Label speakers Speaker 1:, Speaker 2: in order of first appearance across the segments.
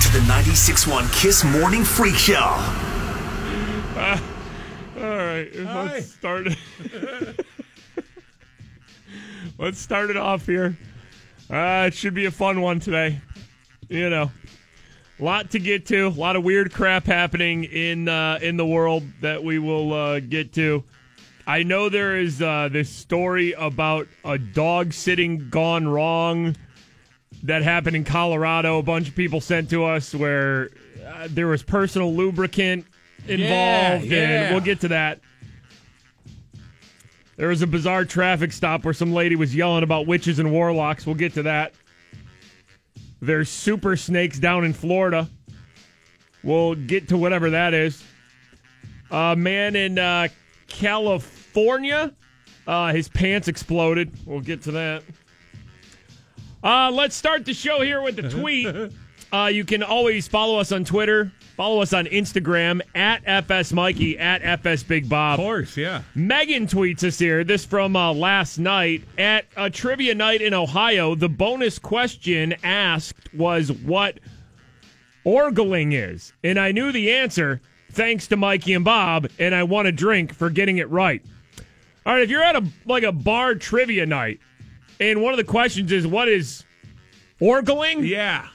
Speaker 1: to the 96.1 Kiss Morning Freak Show.
Speaker 2: All right, let's start it. let's start it off here. Uh, it should be a fun one today. You know, lot to get to, a lot of weird crap happening in uh, in the world that we will uh, get to. I know there is uh, this story about a dog sitting gone wrong that happened in Colorado. A bunch of people sent to us where uh, there was personal lubricant involved,
Speaker 3: yeah.
Speaker 2: and we'll get to that. There was a bizarre traffic stop where some lady was yelling about witches and warlocks. We'll get to that. There's super snakes down in Florida. We'll get to whatever that is. A man in uh, California, uh, his pants exploded. We'll get to that. Uh, let's start the show here with a tweet. Uh, you can always follow us on Twitter. Follow us on Instagram at FS Mikey at FS Big Bob.
Speaker 3: Of course, yeah.
Speaker 2: Megan tweets us here. This from uh, last night at a trivia night in Ohio. The bonus question asked was what orgling is, and I knew the answer thanks to Mikey and Bob. And I want a drink for getting it right. All right, if you're at a like a bar trivia night, and one of the questions is what is orgling,
Speaker 3: Yeah.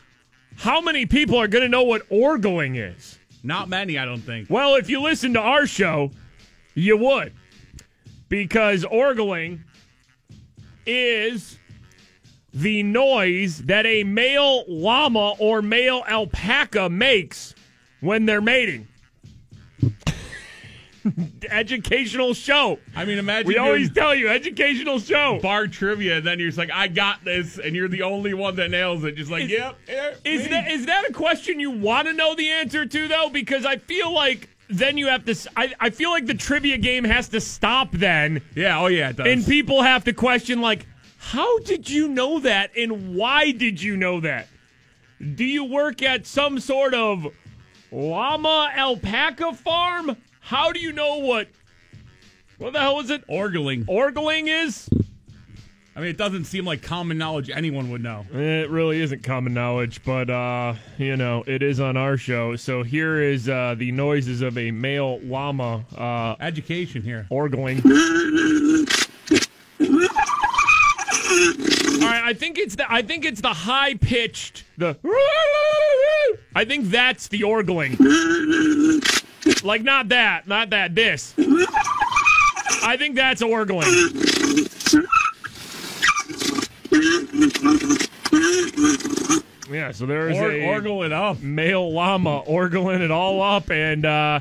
Speaker 2: how many people are going to know what orgling is?
Speaker 3: Not many, I don't think.
Speaker 2: Well, if you listen to our show, you would. Because orgling is the noise that a male llama or male alpaca makes when they're mating. educational show.
Speaker 3: I mean, imagine
Speaker 2: We
Speaker 3: doing
Speaker 2: always tell you, educational show.
Speaker 3: bar trivia, and then you're just like, I got this, and you're the only one that nails it. Just like,
Speaker 2: Is-
Speaker 3: yep. yep,
Speaker 2: Is
Speaker 3: me.
Speaker 2: that is that a question you want to know the answer to though? Because I feel like then you have to. s- I, I feel like the trivia game has to stop then,
Speaker 3: Yeah. Oh yeah. It does.
Speaker 2: and people have to question like, how did you know that, and why did you know that? Do you work at some sort of llama alpaca farm? How do you know what? What the hell is it?
Speaker 3: Orgling.
Speaker 2: Orgling is?
Speaker 3: I mean, it doesn't seem like common knowledge anyone would know.
Speaker 2: It really isn't common knowledge, but uh, you know, it is on our show. So here is uh, the noises of a male llama uh,
Speaker 3: Education here.
Speaker 2: orgling. All right, I think it's the I think it's the high pitched the I think that's the orgling. Like not that, not that this. I think that's orgling. Yeah, so there is
Speaker 3: Or-
Speaker 2: a
Speaker 3: orgle it up.
Speaker 2: male llama orgling it all up and uh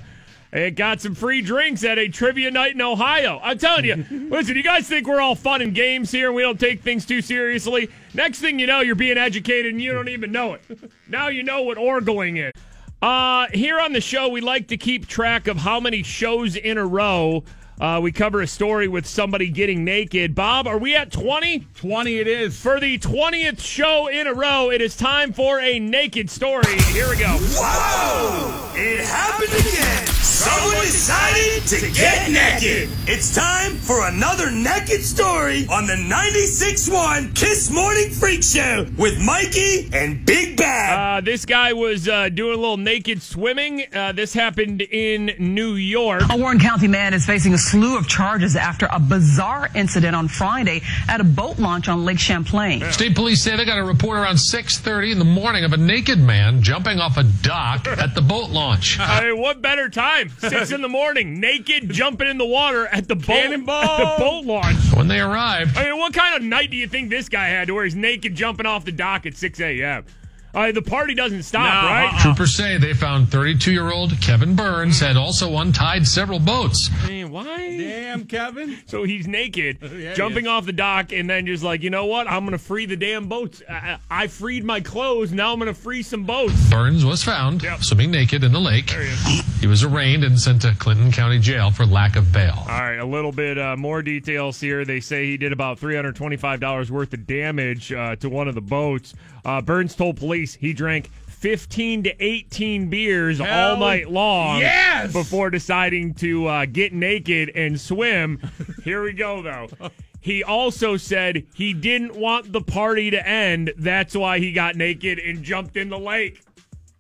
Speaker 2: it got some free drinks at a trivia night in Ohio. I'm telling you, listen, you guys think we're all fun and games here and we don't take things too seriously. Next thing you know, you're being educated and you don't even know it. Now you know what orgling is. Uh, here on the show, we like to keep track of how many shows in a row uh, we cover a story with somebody getting naked. Bob, are we at 20?
Speaker 3: Twenty it is.
Speaker 2: For the 20th show in a row, it is time for a naked story. Here we go.
Speaker 4: Wow! It happened again! Someone decided to get naked! It's time for another naked story on the 96.1 Kiss Morning Freak Show with Mikey and Big Bad.
Speaker 2: Uh, this guy was uh, doing a little naked swimming. Uh, this happened in New York.
Speaker 5: A Warren County man is facing a slew of charges after a bizarre incident on Friday at a boat launch on Lake Champlain.
Speaker 6: State police say they got a report around 6:30 in the morning of a naked man jumping off a dock at the boat launch.
Speaker 2: I mean, Uh, what better time? Six in the morning, naked, jumping in the water at the boat,
Speaker 3: Cannonball!
Speaker 2: at the boat launch.
Speaker 6: When they arrived,
Speaker 2: I mean, what kind of night do you think this guy had to where he's naked jumping off the dock at 6 a.m.? Uh, the party doesn't stop,
Speaker 3: No,
Speaker 2: right?
Speaker 3: uh-uh.
Speaker 6: troopers say they found 32-year-old Kevin Burns had also untied several boats.
Speaker 2: I mean, Why?
Speaker 3: Damn, Kevin.
Speaker 2: So he's naked,
Speaker 3: yeah,
Speaker 2: jumping
Speaker 3: he is.
Speaker 2: off the dock, and then just like, you know what? I'm going to free the damn boats. I, I I freed my clothes. Now I'm going to free some boats.
Speaker 6: Burns was found
Speaker 2: Yep.
Speaker 6: swimming naked in the lake.
Speaker 2: There he is.
Speaker 6: He was arraigned and sent to Clinton County Jail for lack of bail.
Speaker 2: All right, a little bit uh, more details here. They say he did about $325 worth of damage uh, to one of the boats. Uh, Burns told police he drank 15 to 18 beers all
Speaker 3: Hell
Speaker 2: night long
Speaker 3: yes!
Speaker 2: before deciding to uh, get naked and swim. here we go, though. He also said he didn't want the party to end. That's why he got naked and jumped in the lake.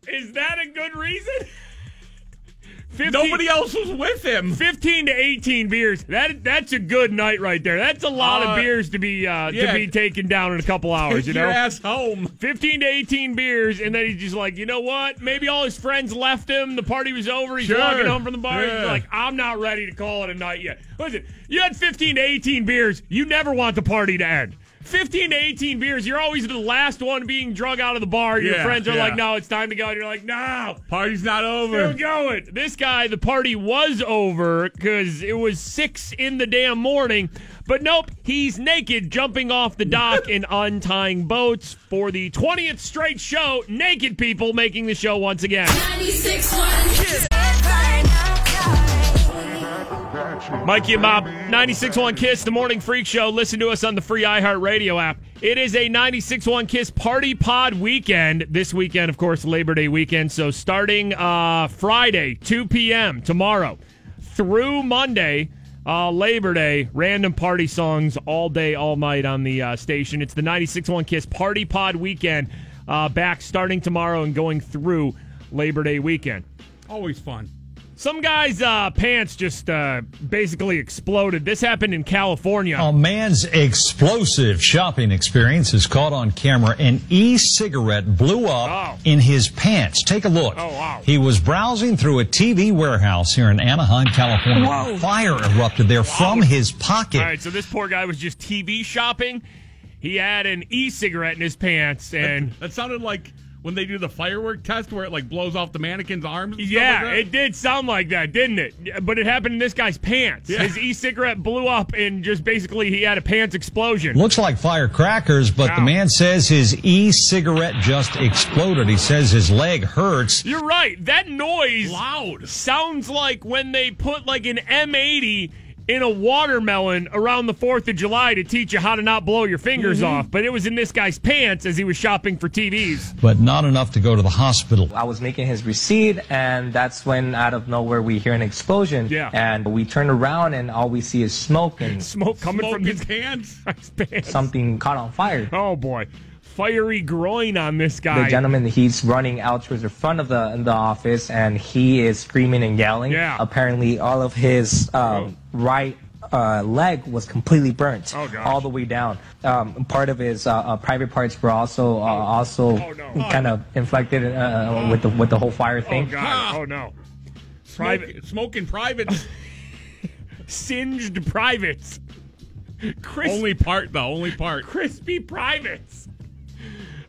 Speaker 2: Is that a good reason? 15
Speaker 3: Nobody else was with him.
Speaker 2: 15 to 18 beers. That that's a good night right there. That's a lot of
Speaker 3: Uh,
Speaker 2: beers to be uh,
Speaker 3: yeah.
Speaker 2: to be taken down in a couple hours,
Speaker 3: Get
Speaker 2: you
Speaker 3: your
Speaker 2: know.
Speaker 3: ass home.
Speaker 2: 15 to 18 beers and then he's just like, "You know what? Maybe all his friends left him. The party was over. He's
Speaker 3: Sure.
Speaker 2: walking home from the bar. He's
Speaker 3: Yeah.
Speaker 2: like, "I'm not ready to call it a night yet." Listen, you had 15 to 18 beers. You never want the party to end. 15 to 18 beers, you're always the last one being drug out of the bar. Your
Speaker 3: Yeah,
Speaker 2: friends are like,
Speaker 3: yeah.
Speaker 2: "No, it's time to go." And you're like, "No."
Speaker 3: Party's not
Speaker 2: Still
Speaker 3: over.
Speaker 2: going. This guy, the party was over because it was six in the damn morning. But nope, he's naked jumping off the dock and untying boats for the 20th straight show. Naked people making the show once again.
Speaker 7: 96 one.
Speaker 2: Mikey and Bob, 96.1 Kiss, the morning freak show. Listen to us on the free iHeartRadio app. It is a 96.1 Kiss party pod weekend. This weekend, of course, Labor Day weekend. So starting uh, Friday, 2 p.m. tomorrow through Monday, uh, Labor Day, random party songs all day, all night on the uh, station. It's the 96.1 Kiss party pod weekend uh, back starting tomorrow and going through Labor Day weekend.
Speaker 3: Always fun.
Speaker 2: Some guy's uh, pants just uh, basically exploded. This happened in
Speaker 3: Oh,
Speaker 2: California.
Speaker 8: A man's explosive shopping experience is caught on camera. An e cigarette blew up
Speaker 2: Oh.
Speaker 8: in his pants. Take a look.
Speaker 2: Oh, wow.
Speaker 8: He was browsing through a TV warehouse here in Anaheim, California.
Speaker 5: Whoa.
Speaker 8: Fire erupted there from his pocket.
Speaker 2: All right, so this poor guy was just TV shopping. He had an e-cigarette in his pants, and
Speaker 3: That sounded like when they do the firework test where it like blows off the mannequin's arms. And
Speaker 2: yeah,
Speaker 3: stuff like that.
Speaker 2: it did sound like that, didn't it? Yeah, But it happened in this guy's pants.
Speaker 3: Yeah.
Speaker 2: His e-cigarette blew up, and just basically he had a pants explosion.
Speaker 8: Looks like firecrackers, but
Speaker 2: Wow.
Speaker 8: the man says his e cigarette just exploded. He says his leg hurts.
Speaker 2: You're right. That noise
Speaker 3: loud.
Speaker 2: sounds like when they put like an M80 in a watermelon around the 4th of July to teach you how to not blow your fingers off. But it was in this guy's pants as he was shopping for TVs.
Speaker 8: But not enough to go to the hospital.
Speaker 9: I was making his receipt, and that's when out of nowhere we hear an explosion.
Speaker 2: Yeah.
Speaker 9: And we turn around, and all we see is smoke and
Speaker 2: Smoke coming
Speaker 3: Smoke
Speaker 2: from
Speaker 3: his
Speaker 2: this
Speaker 3: hands.
Speaker 2: guy's pants.
Speaker 9: something caught on fire.
Speaker 2: Oh boy. Fiery groin on this
Speaker 9: The
Speaker 2: guy.
Speaker 9: gentleman, he's running out towards the front of the the office, and he is screaming and yelling.
Speaker 2: Yeah.
Speaker 9: Apparently, all of his um, right uh, leg was completely burnt,
Speaker 2: Oh, gosh.
Speaker 9: all the way down. Um, part of his uh, uh, private parts were also uh, also
Speaker 2: Oh, no.
Speaker 9: kind of inflected uh, with the with the whole fire
Speaker 2: oh
Speaker 9: thing.
Speaker 2: god. Oh no. Private
Speaker 3: Private. Smoking private.
Speaker 2: singed privates. Crispy,
Speaker 3: only part though. Only part.
Speaker 2: crispy privates.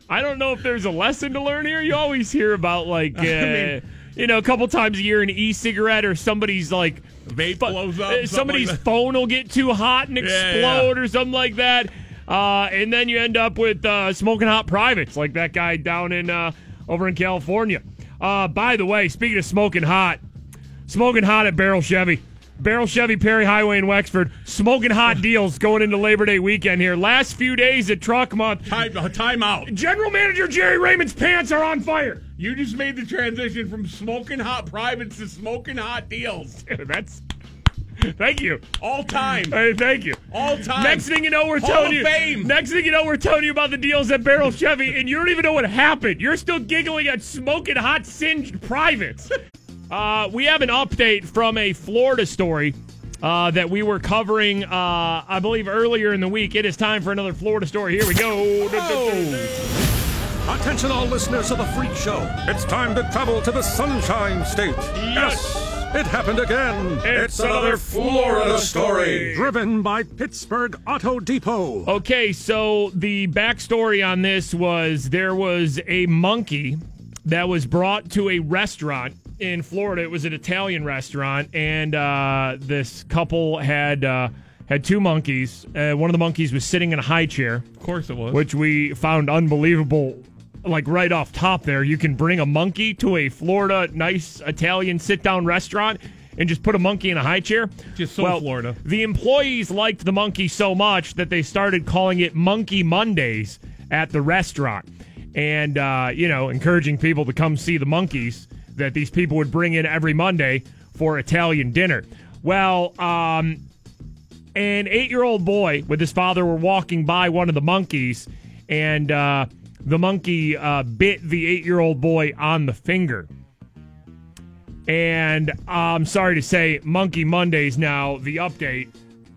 Speaker 2: I don't know if there's a lesson to learn here. You always hear about like uh,
Speaker 3: mean-
Speaker 2: you know, a couple times a year an e-cigarette or somebody's like
Speaker 3: Vape blows up.
Speaker 2: uh,
Speaker 3: something
Speaker 2: somebody's
Speaker 3: like that.
Speaker 2: phone will get too hot and
Speaker 3: yeah.
Speaker 2: explode or something like that. Uh, and then you end up with uh, smoking hot privates like that guy down in uh, over in California. Uh, by the way, speaking of smoking hot, smoking hot at Barrel Chevy. Barrel Chevy Perry Highway in Wexford, smoking hot deals going into Labor Day weekend here. Last few days at Truck Month,
Speaker 3: Time, uh, time out.
Speaker 2: General Manager Jerry Raymond's pants are on fire.
Speaker 3: You just made the transition from smoking hot privates to smoking hot deals.
Speaker 2: That's thank you,
Speaker 3: All time.
Speaker 2: hey, thank you.
Speaker 3: All time.
Speaker 2: Next thing you know, we're
Speaker 3: Hall
Speaker 2: telling
Speaker 3: of
Speaker 2: you.
Speaker 3: Fame.
Speaker 2: Next thing you know, we're telling you about the deals at Barrel Chevy, and you don't even know what happened. You're still giggling at smoking hot singed privates. Uh, we have an update from a Florida story uh, that we were covering, uh, I believe, earlier in the week. It is time for another Florida story. Here we go.
Speaker 10: Attention, all listeners of the Freak Show. It's time to travel to the Sunshine State.
Speaker 2: Yes.
Speaker 10: It happened again.
Speaker 2: It's another Florida story.
Speaker 10: Driven by Pittsburgh Auto Depot.
Speaker 2: Okay, so the backstory on this was there was a monkey that was brought to a restaurant in Florida. It was an Italian restaurant, and uh, this couple had uh, had two monkeys. Uh, one of the monkeys was sitting in a high chair.
Speaker 3: Of course it was.
Speaker 2: which we found unbelievable. Like right off top, there you can bring a monkey to a Florida nice Italian sit down restaurant and just put a monkey in a high chair.
Speaker 3: Just so Florida.
Speaker 2: The employees liked the monkey so much that they started calling it Monkey Mondays at the restaurant, and uh, you know, encouraging people to come see the monkeys that these people would bring in every Monday for Italian dinner. Well, um, an eight year old boy with his father were walking by one of the monkeys, and uh, the monkey uh, bit the eight year old boy on the finger. And uh, I'm sorry to say, Monkey Mondays now, the update,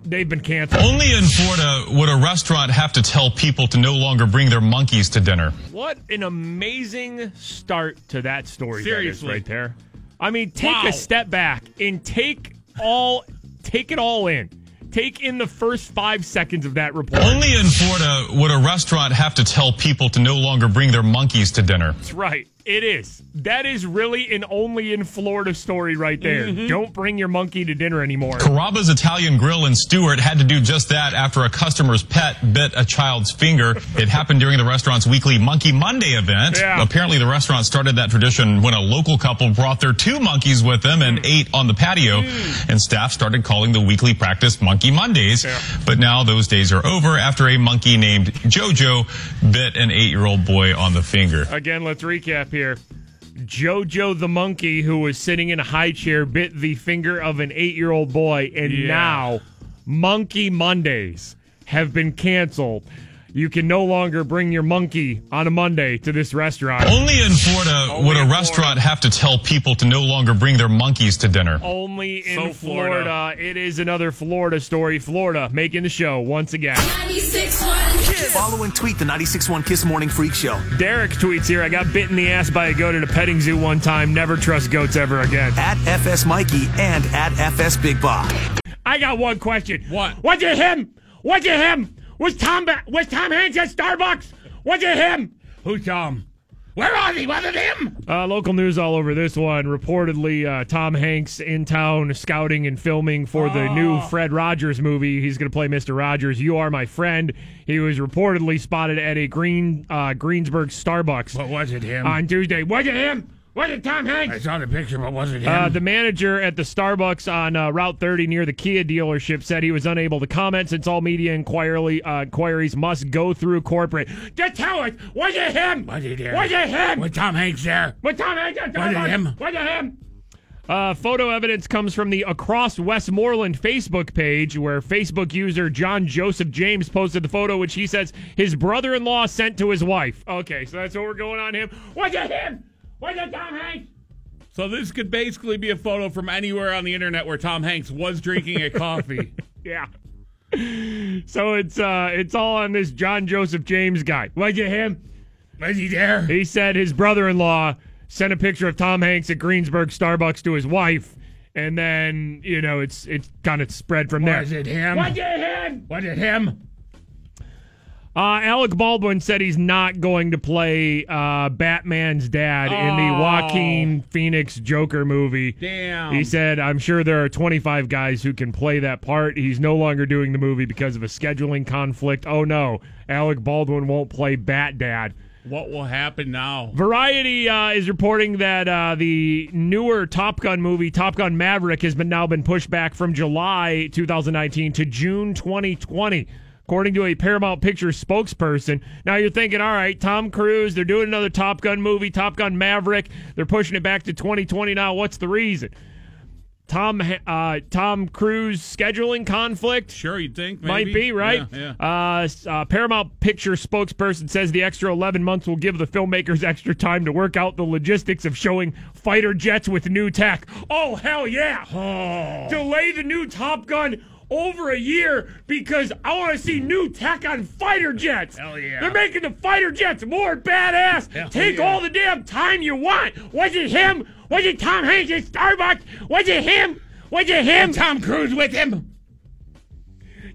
Speaker 2: they've been canceled.
Speaker 11: Only in Florida would a restaurant have to tell people to no longer bring their monkeys to dinner.
Speaker 2: What an amazing start to that story. that is
Speaker 3: Seriously.
Speaker 2: right there. I mean, take
Speaker 3: Wow.
Speaker 2: a step back and take all, take it all in. Take in the first five seconds of that report.
Speaker 11: Only in Florida would a restaurant have to tell people to no longer bring their monkeys to dinner.
Speaker 2: That's right. It is. That is really an only in Florida story right there. Don't bring your monkey to dinner anymore.
Speaker 11: Carrabba's Italian Grill in Stewart had to do just that after a customer's pet bit a child's finger. It happened during the restaurant's weekly Monkey Monday event.
Speaker 2: Yeah.
Speaker 11: Apparently, the restaurant started that tradition when a local couple brought their two monkeys with them
Speaker 2: Hmm.
Speaker 11: and ate on the patio, and staff started calling the weekly practice Monkey Mondays. But now those days are over after a monkey named Jojo bit an eight-year-old boy on the finger.
Speaker 2: Again, let's recap here. Jojo the monkey, who was sitting in a high chair, bit the finger of an eight year old boy, and
Speaker 3: Yeah.
Speaker 2: now Monkey Mondays have been canceled. You can no longer bring your monkey on a Monday to this restaurant.
Speaker 11: Only in Florida
Speaker 2: Only
Speaker 11: would Uh, a
Speaker 2: in
Speaker 11: restaurant have to tell people to no longer bring their monkeys to dinner.
Speaker 2: Only in
Speaker 3: So Florida.
Speaker 2: Florida. It is another Florida story. Florida making the show once again.
Speaker 7: 96.1 Kiss.
Speaker 1: Follow and tweet the 961 Kiss Morning Freak Show.
Speaker 2: Derek tweets here, I got bit in the ass by a goat at a petting zoo one time. Never trust goats ever again.
Speaker 1: At FS Mikey and at FS Big Bob.
Speaker 2: I got one question.
Speaker 3: What?
Speaker 2: Was it him? Was it him? Was Tom ba- was Tom Hanks at Starbucks? Was it him?
Speaker 3: Who Tom? Where are they? Was it him?
Speaker 2: Uh, local news all over this one. Reportedly, uh, Tom Hanks in town scouting and filming for
Speaker 3: Oh.
Speaker 2: the new Fred Rogers movie. He's going to play Mr. Rogers. You are my friend. He was reportedly spotted at a Green uh, Greensburg Starbucks
Speaker 3: But Oh, was it him?
Speaker 2: on Tuesday. Was it him? Was it Tom Hanks?
Speaker 3: I saw the picture, but was it him?
Speaker 2: Uh, the manager at the Starbucks on uh, Route 30 near the Kia dealership said he was unable to comment since all media inquiry, uh, inquiries must go through corporate. Just tell us, was it him?
Speaker 3: was it him?
Speaker 2: Was it him?
Speaker 3: Was Tom Hanks there?
Speaker 2: Was Tom Hanks at
Speaker 3: Was it
Speaker 2: Starbucks?
Speaker 3: him?
Speaker 2: Was it him? Uh, photo evidence comes from the Across Westmoreland Facebook page, where Facebook user John Joseph James posted the photo, which he says his brother-in-law sent to his wife. Okay, so that's what we're going on him. Was it him? Was it Tom Hanks?
Speaker 3: So this could basically be a photo from anywhere on the internet where Tom Hanks was drinking a coffee.
Speaker 2: Yeah. So it's uh it's all on this John Joseph James guy. Was it him?
Speaker 3: was he there?
Speaker 2: He said his brother-in-law sent a picture of Tom Hanks at Greensburg Starbucks to his wife, and then you know it's it's kind of spread from there.
Speaker 3: Was it him? Was it him? Was it him?
Speaker 2: Uh, Alec Baldwin said he's not going to play uh, Batman's dad in the
Speaker 3: Oh.
Speaker 2: Joaquin Phoenix Joker movie.
Speaker 3: Damn.
Speaker 2: He said, I'm sure there are 25 guys who can play that part. He's no longer doing the movie because of a scheduling conflict. Oh no, Alec Baldwin won't play Bat Dad.
Speaker 3: What will happen now?
Speaker 2: Variety uh, is reporting that uh, the newer Top Gun movie, Top Gun Maverick, has been now been pushed back from July 2019 to June 2020, according to a Paramount Pictures spokesperson. Now you're thinking, all right, Tom Cruise, they're doing another Top Gun movie, Top Gun Maverick, they're pushing it back to 2020 now. What's the reason? Tom uh, Tom Cruise scheduling conflict.
Speaker 3: Sure, you'd think. Maybe.
Speaker 2: Might be right.
Speaker 3: Yeah, yeah.
Speaker 2: Uh, s- uh, Paramount Picture spokesperson says the extra 11 months will give the filmmakers extra time to work out the logistics of showing fighter jets with new tech. Oh hell yeah!
Speaker 3: Oh.
Speaker 2: Delay the new Top Gun over a year because I want to see new tech on fighter jets.
Speaker 3: Hell yeah.
Speaker 2: They're making the fighter jets more badass.
Speaker 3: Hell
Speaker 2: Take
Speaker 3: yeah.
Speaker 2: all the damn time you want. Was it him? Was it Tom Hanks at Starbucks? Was it him? Was it him?
Speaker 3: Tom Cruise with him.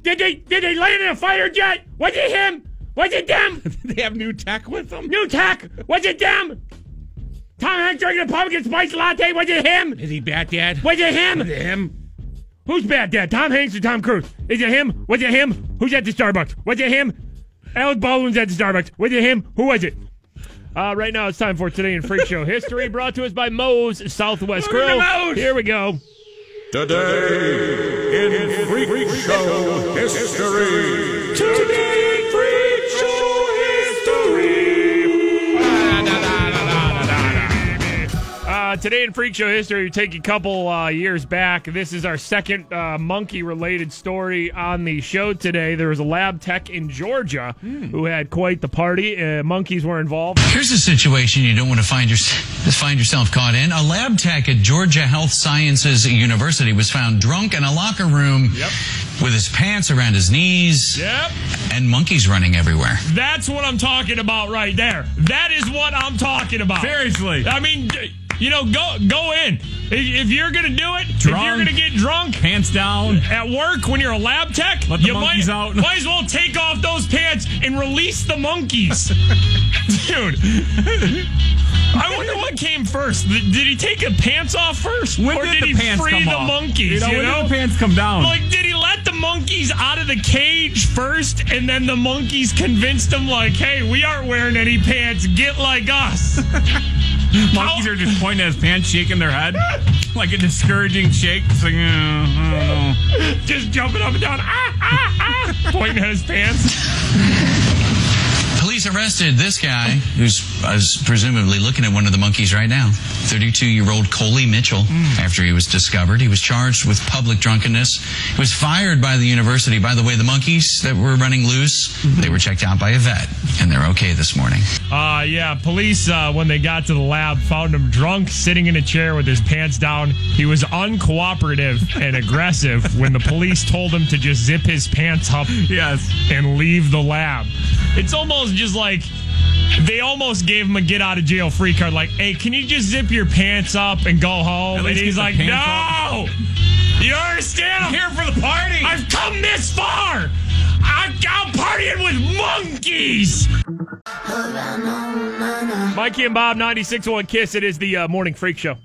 Speaker 2: Did they did they land in a fighter jet? Was it him? Was it them?
Speaker 3: Did they have new tech with them?
Speaker 2: New tech? Was it them? Tom Mike drinking a pumpkin spice latte? Was it him? Is he bad, Dad? Was it him? him? Who's bad, Dad? Tom Hanks or Tom Cruise? Is it him? Was it him? Who's at the Starbucks? Was it him? Alec Baldwin's at the Starbucks. Was it him? Who was it? Uh, right now, it's time for Today in Freak Show History, brought to us by Moe's Southwest
Speaker 3: Look at
Speaker 2: Grill.
Speaker 3: Moe's!
Speaker 2: Here we go.
Speaker 10: Today in Freak Show History.
Speaker 3: Today Freak Show History.
Speaker 2: Uh, today in Freak Show history, we take a couple uh, years back. This is our second uh, monkey related story on the show today. There was a lab tech in Georgia who had quite the party. Uh, monkeys were involved.
Speaker 12: Here's a situation you don't want to find, your, find yourself caught in. A lab tech at Georgia Health Sciences University was found drunk in a locker room with his pants around his knees and monkeys running everywhere.
Speaker 13: That's what I'm talking about right there. That is what I'm talking about.
Speaker 3: Seriously.
Speaker 13: I mean, d- you know, go go in. If, if you're gonna do it, if you're
Speaker 3: Drunk.
Speaker 13: gonna get drunk,
Speaker 3: Pants down.
Speaker 13: at work when you're a lab tech,
Speaker 3: Let the
Speaker 13: you might,
Speaker 3: monkeys out.
Speaker 13: might as well take off those pants and release the monkeys. Dude. I wonder what came first. Th- Did he take the pants off first?
Speaker 3: When
Speaker 13: or
Speaker 3: did
Speaker 13: did,
Speaker 3: the
Speaker 13: he
Speaker 3: pants
Speaker 13: free
Speaker 3: come
Speaker 13: the
Speaker 3: off?
Speaker 13: monkeys?
Speaker 3: You know, when did the pants come down?
Speaker 13: Like, did he let the monkeys out of the cage first and then the monkeys convinced him, like, hey, we aren't wearing any pants. Get like us.
Speaker 3: Monkeys are just pointing at his pants, shaking their head. like a discouraging shake. It's like, "Uh, I don't know.
Speaker 13: Just jumping up and down. Ah, ah, ah. Pointing at his pants.
Speaker 12: Police arrested this guy who's I was presumably looking at one of the monkeys right now. 32 year old Coley Mitchell.
Speaker 3: Hmm.
Speaker 12: After he was discovered, he was charged with public drunkenness. He was fired by the university. By the way, the monkeys that were running loose, they were checked out by a vet, and they're okay this morning.
Speaker 13: Uh, yeah, police, uh, when they got to the lab, found him drunk, sitting in a chair with his pants down. He was uncooperative and aggressive when the police told him to just zip his pants up
Speaker 3: Yes.
Speaker 13: and leave the lab. It's almost just like they almost gave him a get out of jail free card. Like, hey, can you just zip your pants up and go
Speaker 3: At
Speaker 13: home? And
Speaker 3: least
Speaker 13: he's
Speaker 3: get the
Speaker 13: like,
Speaker 3: pants
Speaker 13: no. You don't understand? I'm here for the party. I've come this far. I'm out partying with monkeys.
Speaker 2: Mikey and Bob, 96.1 Kiss. It is the uh, Morning Freak Show.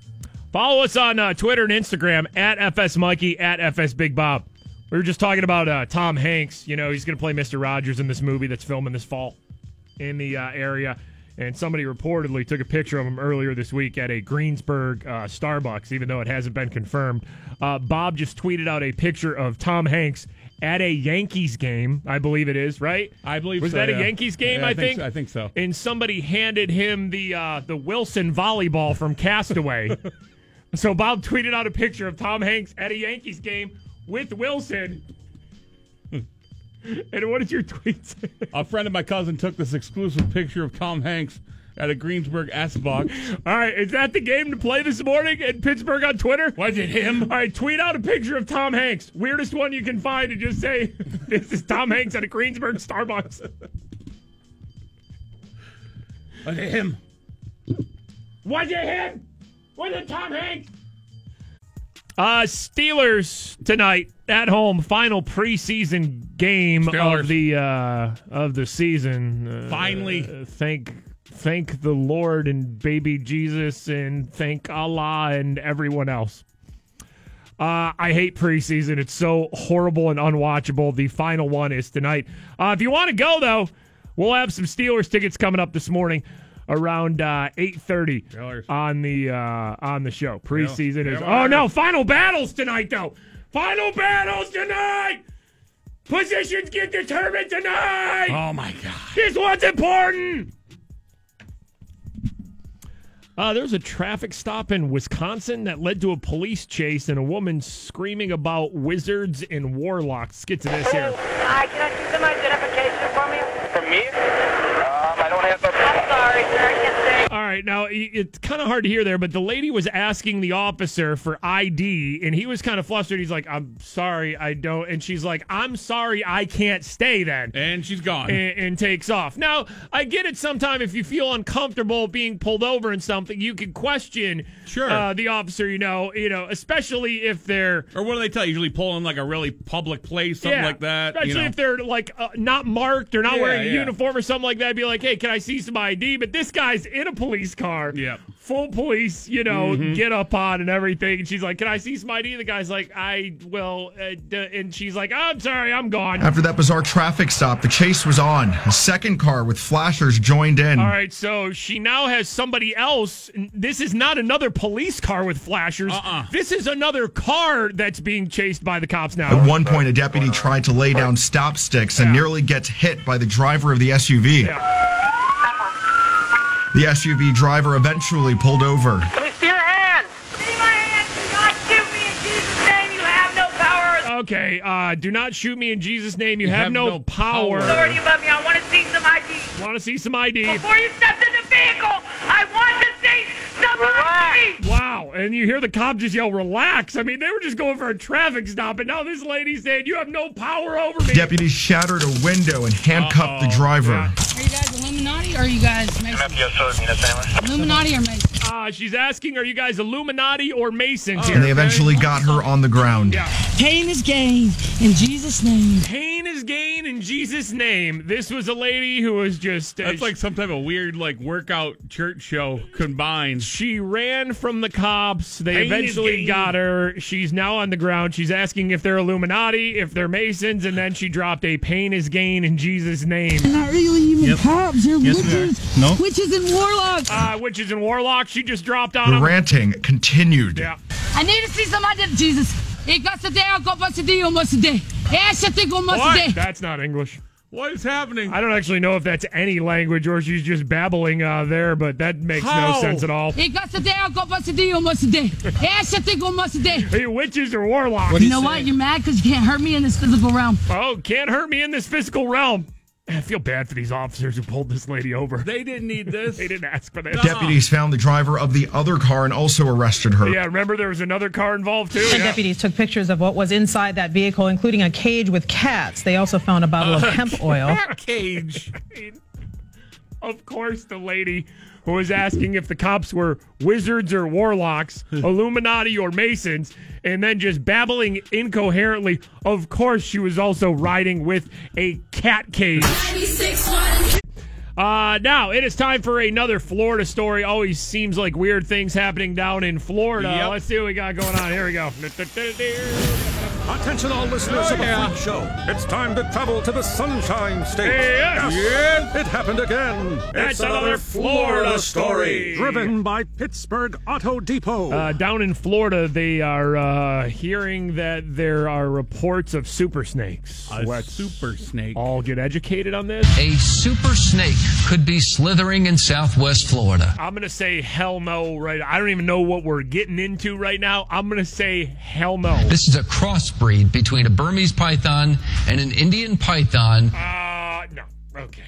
Speaker 2: Follow us on uh, Twitter and Instagram at FS Mikey, at FS Big Bob. We were just talking about uh, Tom Hanks. You know, he's going to play Mr. Rogers in this movie that's filming this fall in the uh, area. And somebody reportedly took a picture of him earlier this week at a Greensburg uh, Starbucks, even though it hasn't been confirmed. Uh, Bob just tweeted out a picture of Tom Hanks at a Yankees game, I believe it is, right?
Speaker 3: I believe
Speaker 2: Was
Speaker 3: so,
Speaker 2: that
Speaker 3: yeah.
Speaker 2: a Yankees game,
Speaker 3: Yeah,
Speaker 2: I,
Speaker 3: I think
Speaker 2: think?
Speaker 3: so- I think so.
Speaker 2: and somebody handed him the uh, the Wilson volleyball from Castaway. so Bob tweeted out a picture of Tom Hanks at a Yankees game with Wilson. and what did your tweet say?
Speaker 3: A friend of my cousin took this exclusive picture of Tom Hanks at a Greensburg S box.
Speaker 2: All right, is that the game to play this morning in Pittsburgh on Twitter? Was it him? All right, tweet out a picture of Tom Hanks, weirdest one you can find, and just say this is Tom Hanks at a Greensburg Starbucks.
Speaker 3: Was it him?
Speaker 2: Was it him? Was it Tom Hanks? Uh, Steelers tonight at home, final preseason game
Speaker 3: Steelers.
Speaker 2: of the uh, of the season. Uh,
Speaker 3: Finally.
Speaker 2: uh, thank thank the Lord and baby Jesus and thank Allah and everyone else. Uh, I hate preseason. It's so horrible and unwatchable. The final one is tonight. Uh, if you want to go though, we'll have some Steelers tickets coming up this morning around uh, eight thirty
Speaker 3: Steelers.
Speaker 2: on the uh, on the show. Preseason
Speaker 3: Yeah.
Speaker 2: is.
Speaker 3: Yeah,
Speaker 2: Oh no! Final battles tonight though. Final battles tonight. Positions get determined tonight.
Speaker 3: Oh my God.
Speaker 2: This one's important. Uh, there was a traffic stop in Wisconsin that led to a police chase and a woman screaming about wizards and warlocks. Let's get to this here.
Speaker 14: Hi, can I see some identification from you?
Speaker 15: For me? Um, I don't have a.
Speaker 14: I'm sorry, sir, I can't say.
Speaker 2: All right, now i- it's kind of hard to hear there, but the lady was asking the officer for ID, and he was kind of flustered. He's like, "I'm sorry, I don't," and she's like, "I'm sorry, I can't stay then."
Speaker 3: And she's gone.
Speaker 2: and, and takes off. Now, I get it. Sometime if you feel uncomfortable being pulled over in something, you can question
Speaker 3: Sure.
Speaker 2: uh, the officer. You know, you know, especially if they're
Speaker 3: or what do they tell you? Usually pull in like a really public place, something
Speaker 2: yeah,
Speaker 3: like that.
Speaker 2: Especially
Speaker 3: you know.
Speaker 2: if they're like uh, not marked or not
Speaker 3: Yeah,
Speaker 2: wearing a
Speaker 3: yeah.
Speaker 2: uniform or something like that. Be like, hey, can I see some ID? But this guy's in a police car.
Speaker 3: Yep. Mm-hmm.
Speaker 2: full police, you know,
Speaker 16: Mhm.
Speaker 2: get up on and everything. And she's like, "Can I see Smitey?" And the guy's like, "I will." Uh, d-, and she's like, "I'm sorry, I'm gone."
Speaker 5: After that bizarre traffic stop, the chase was on. A second car with flashers joined in.
Speaker 2: All right, so she now has somebody else. This is not another police car with flashers. Uh-uh. This is another car that's being chased by the cops now.
Speaker 5: At one point, a deputy tried to lay down stop sticks and nearly gets hit by the driver of the SUV. The SUV driver eventually pulled over.
Speaker 2: Okay, uh, do not shoot me in Jesus' name. You,
Speaker 16: You
Speaker 2: have,
Speaker 16: have
Speaker 2: no,
Speaker 16: no
Speaker 2: power.
Speaker 17: Authority above me, I want to see some ID.
Speaker 2: Want to see some ID?
Speaker 17: Before you step in the vehicle, I want to see some ID.
Speaker 2: Wow, and you hear the cop just yell, relax. I mean, they were just going for a traffic stop, and now this lady's saying, you have no power over me.
Speaker 5: Deputies shattered a window and handcuffed the driver.
Speaker 6: Are you guys Illuminati or are you guys Masons? Illuminati or Masons?
Speaker 2: Uh, she's asking, are you guys Illuminati or Masons here?
Speaker 5: And they eventually got her on the ground.
Speaker 6: Pain is gain in Jesus' name.
Speaker 2: Pain is gain in Jesus' name. This was a lady who was just. uh, That's like some type of weird, like, workout church show combined. She ran from the cops. They
Speaker 16: Pain is
Speaker 2: eventually
Speaker 16: gain.
Speaker 2: got her. She's now on the ground. She's asking if they're Illuminati, if they're Masons, and then she dropped a pain is gain in Jesus' name.
Speaker 6: They're not really even cops. They're
Speaker 2: Yes, we
Speaker 6: witches.
Speaker 2: are. No.
Speaker 6: Witches and warlocks.
Speaker 2: Uh, witches and warlocks. She just dropped on
Speaker 5: The
Speaker 2: them.
Speaker 5: ranting continued.
Speaker 2: Yeah.
Speaker 6: I need to see somebody that Jesus. Ik was today, I'll go bust today, you must today. Yes, I think you must today.
Speaker 2: That's not English. What is happening? I don't actually know if that's any language or she's just babbling uh, there, but that makes no sense at all.
Speaker 6: Ik was today, I'll go bust today, you must today. Yes, I think you must today.
Speaker 2: Are you witches or warlocks?
Speaker 6: you know what? You're mad because you can't hurt me in this physical realm.
Speaker 2: Oh, can't hurt me in this physical realm. I feel bad for these officers who pulled this lady over. They didn't need this. they didn't ask for this.
Speaker 5: Deputies found the driver of the other car and also arrested her.
Speaker 2: Yeah, remember there was another car involved too.
Speaker 18: And
Speaker 2: Yeah.
Speaker 18: deputies took pictures of what was inside that vehicle, including a cage with cats. They also found a bottle of hemp oil.
Speaker 2: Cage. of course, the lady who was asking if the cops were wizards or warlocks, Illuminati or Masons, and then just babbling incoherently. Of course, she was also riding with a cat cage.
Speaker 19: 96.1
Speaker 2: Uh, now it is time for another Florida story. Always seems like weird things happening down in Florida.
Speaker 20: Yep.
Speaker 2: Let's see what we got going on. Here we go.
Speaker 20: Attention, all listeners
Speaker 2: Oh,
Speaker 20: of the
Speaker 2: yeah.
Speaker 20: Freak Show. It's time to travel to the Sunshine State.
Speaker 2: Yes.
Speaker 20: Yes, it happened again.
Speaker 2: That's another Florida story.
Speaker 20: driven by Pittsburgh Auto Depot.
Speaker 2: Uh, down in Florida, they are uh, hearing that there are reports of super snakes.
Speaker 11: A
Speaker 2: super snake. All get educated on this.
Speaker 11: A super snake could be slithering in southwest Florida.
Speaker 2: I'm gonna say hell no. Right. I don't even know what we're getting into right now. I'm gonna say hell no.
Speaker 11: This is a crossbreed between a Burmese python and an Indian python.
Speaker 2: Uh, no. Okay.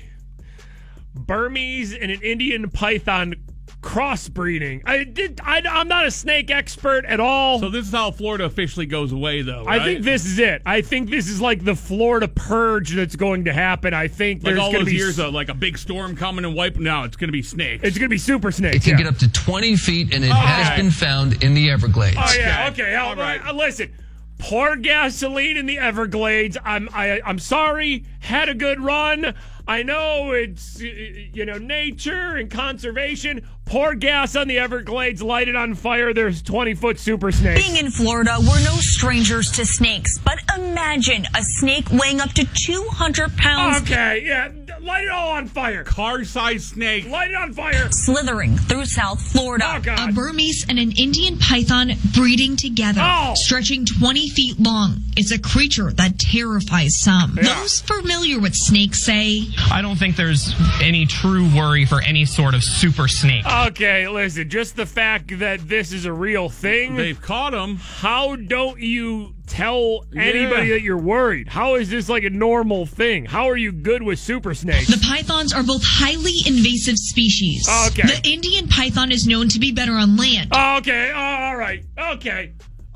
Speaker 2: Burmese and an Indian python crossbreeding. I did. I, I'm not a snake expert at all.
Speaker 3: So this is how Florida officially goes away, though.
Speaker 2: I think this is it. I think this is like the Florida purge that's going to happen. I think
Speaker 3: like
Speaker 2: there's
Speaker 3: all
Speaker 2: going to
Speaker 3: those
Speaker 2: be
Speaker 3: years of like a big storm coming and wiping. No, it's going to be snakes.
Speaker 2: It's going to be super snakes.
Speaker 11: It can
Speaker 2: yeah.
Speaker 11: get up to 20 feet and it has
Speaker 2: Okay.
Speaker 11: been found in the Everglades.
Speaker 2: Oh yeah, okay. All right. Uh, Listen, pour gasoline in the Everglades. I'm I, I'm sorry. Had a good run. I know it's uh, you know nature and conservation. Pour gas on the Everglades. Light it on fire. There's 20 foot super snakes.
Speaker 21: Being in Florida, we're no strangers to snakes, but imagine a snake weighing up to 200 pounds.
Speaker 2: Okay, yeah, light it all on fire.
Speaker 21: Car sized snake.
Speaker 2: Light it on fire. Oh,
Speaker 21: Slithering through South Florida.
Speaker 22: A Burmese and an Indian python breeding together,
Speaker 2: Oh,
Speaker 22: stretching 20 feet long. It's a creature that terrifies some. Those familiar with snakes say,
Speaker 23: I don't think there's any true worry for any sort of super snake.
Speaker 2: Okay, listen, just the fact that this is a real thing. They've caught him. How don't you tell anybody
Speaker 22: Yeah.
Speaker 2: that you're worried? How is this like a normal thing? How are you good with super snakes?
Speaker 22: The pythons are both highly invasive species.
Speaker 2: Okay. Oh,
Speaker 22: The
Speaker 6: E-
Speaker 22: Indian python is known to be better on land.
Speaker 2: okay, all right, okay.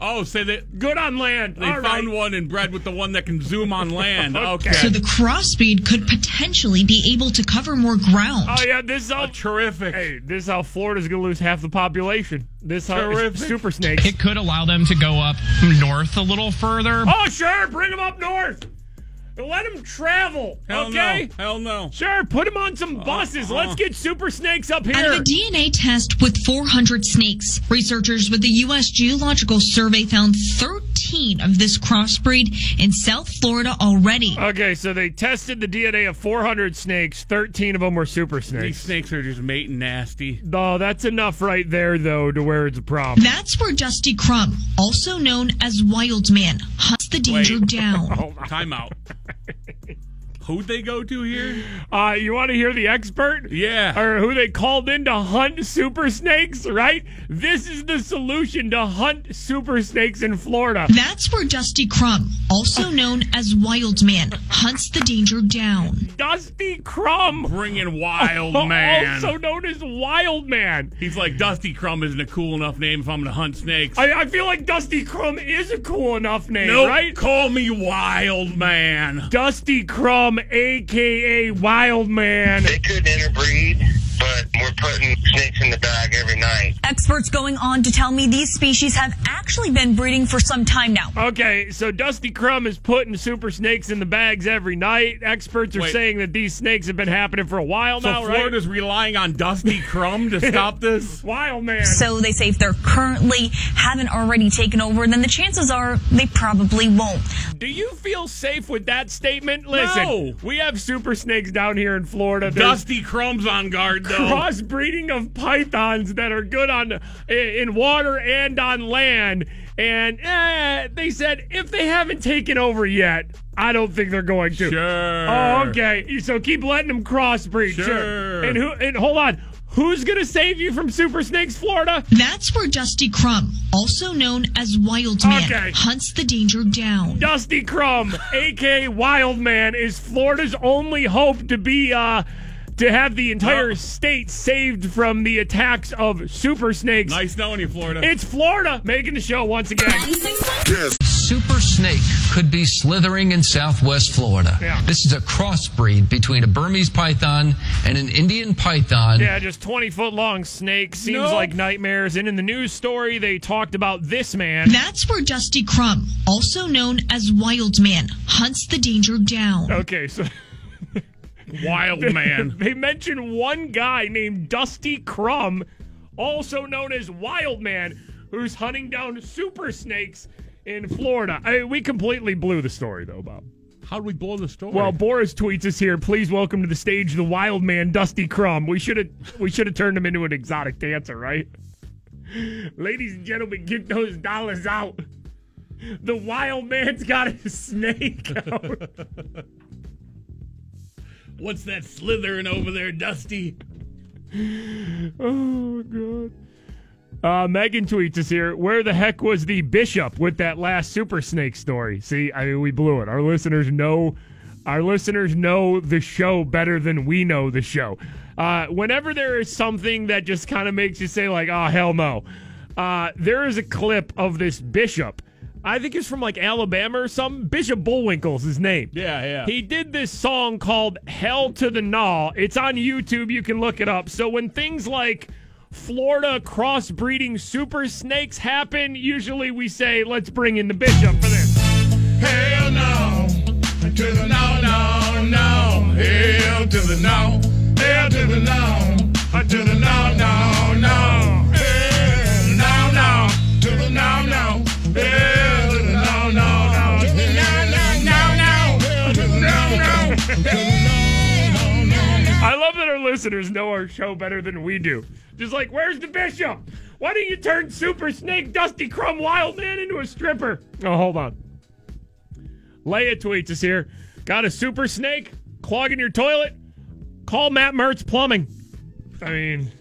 Speaker 3: Oh, say that
Speaker 2: good on land.
Speaker 3: They
Speaker 22: All
Speaker 3: found
Speaker 22: right.
Speaker 3: one and bred with the one that can zoom on land. Okay,
Speaker 22: So the crossbreed could potentially be able to cover more ground.
Speaker 2: Oh yeah, this is how terrific. Hey, this is how Florida's gonna lose half the population. This how
Speaker 23: Terrific.
Speaker 2: super snakes.
Speaker 23: It could allow them to go up north a little further.
Speaker 2: Oh sure, bring them up north. Let them travel.
Speaker 3: Hell
Speaker 2: okay?
Speaker 3: no. Uh, uh-huh. Hell no.
Speaker 2: Sure, put them on some buses. Let's get super snakes up here.
Speaker 8: Out of a DNA test with 400 snakes, researchers with the U.S. Geological Survey found 13 of this crossbreed in South Florida already.
Speaker 2: Okay, so they tested the DNA of 400 snakes. 13 of them were super
Speaker 3: These
Speaker 2: snakes.
Speaker 3: snakes are just mating nasty.
Speaker 2: Oh, that's enough right there, though, to where it's a problem.
Speaker 8: That's where Dusty Crumb, also known as Wild Man, hunts the danger down.
Speaker 3: Time out. Who'd they go to here?
Speaker 2: Uh, you want to hear the expert?
Speaker 3: Yeah.
Speaker 2: Or who they called in to hunt super snakes, right? This is the solution to hunt super snakes in Florida.
Speaker 8: That's where Dusty Crumb, also known as Wild Man, hunts the danger down.
Speaker 2: Dusty Crumb.
Speaker 3: Bringing Wild Oh, Man.
Speaker 2: Also known as Wild Man.
Speaker 3: He's like, Dusty Crumb isn't a cool enough name if I'm going to hunt snakes.
Speaker 2: I, I feel like Dusty Crumb is a cool enough name,
Speaker 3: Nope,
Speaker 2: right?
Speaker 3: Call me Wild Man.
Speaker 2: Dusty Crumb, aka Wild Man.
Speaker 5: They could interbreed, but we're putting snakes in the bag every night.
Speaker 22: Experts going on to tell me these species have actually been breeding for some time now.
Speaker 2: Okay, so Dusty Crumb is putting super snakes in the bags every night. Experts are
Speaker 3: Wait.
Speaker 2: saying that these snakes have been happening for a while
Speaker 3: So
Speaker 2: now, right?
Speaker 3: Florida's relying on Dusty Crumb to stop this?
Speaker 2: Wild man.
Speaker 22: So they say if they're currently haven't already taken over, then the chances are they probably won't.
Speaker 2: Do you feel safe with that statement? Listen,
Speaker 3: No.
Speaker 2: we have super snakes down here in Florida. There's
Speaker 3: Dusty Crumb's on guard, though.
Speaker 2: crossbreeding of pythons that are good on in water and on land. And eh, they said if they haven't taken over yet, I don't think they're going to.
Speaker 3: Sure.
Speaker 2: Oh, okay. So keep letting them crossbreed.
Speaker 3: Sure.
Speaker 2: And who? And hold on. Who's gonna save you from super snakes, Florida?
Speaker 8: That's where Dusty Crumb, also known as Wild Man,
Speaker 2: Okay.
Speaker 8: hunts the danger down.
Speaker 2: Dusty Crumb, aka Wild Man, is Florida's only hope to be uh to have the entire
Speaker 3: Well-
Speaker 2: state saved from the attacks of super snakes.
Speaker 3: Nice knowing you, Florida.
Speaker 2: It's Florida making the show once again.
Speaker 11: Super snake could be slithering in southwest Florida.
Speaker 2: Yeah.
Speaker 11: This is a crossbreed between a Burmese python and an Indian python.
Speaker 2: Yeah, just 20 foot long snake seems
Speaker 8: Nope.
Speaker 2: like nightmares. And in the news story, they talked about this man.
Speaker 8: That's where Dusty Crumb, also known as Wild Man, hunts the danger down.
Speaker 2: Okay, so
Speaker 3: Wild Man.
Speaker 2: they mentioned one guy named Dusty Crumb, also known as Wild Man, who's hunting down super snakes in Florida. I mean, we completely blew the story, though, Bob.
Speaker 3: How'd we blow the story?
Speaker 2: Well, Boris tweets us here. Please welcome to the stage the wild man, Dusty Crumb. We should have we should have turned him into an exotic dancer, right? Ladies and gentlemen, get those dollars out. The wild man's got his snake out.
Speaker 3: What's that slithering over there, Dusty?
Speaker 2: oh god. Uh, Megan tweets us here. Where the heck was the bishop with that last super snake story? See, I mean, we blew it. Our listeners know, our listeners know the show better than we know the show. Uh, whenever there is something that just kind of makes you say like, "Oh hell no," uh, there is a clip of this bishop. I think it's from like Alabama or something. Bishop Bullwinkle's his name.
Speaker 3: Yeah, yeah.
Speaker 2: He did this song called Hell to the Gnaw. It's on YouTube. You can look it up. So when things like Florida crossbreeding super snakes happen, usually we say, let's bring in the bishop for this.
Speaker 24: Hell no. To the no, no, no. Hell to the no. Hell to the no. To the no, no, no. Hell no, no. To the no, no. Hell to the no, no, no. To the no, no, no, no. Hell to the no, no.
Speaker 2: I love that our listeners know our show better than we do. Just like, where's the bishop? Why don't you turn Super Snake Dusty Crumb Wildman into a stripper? Oh, hold on. Leia tweets us here. Got a super snake clogging your toilet? Call Matt Mertz Plumbing. I mean,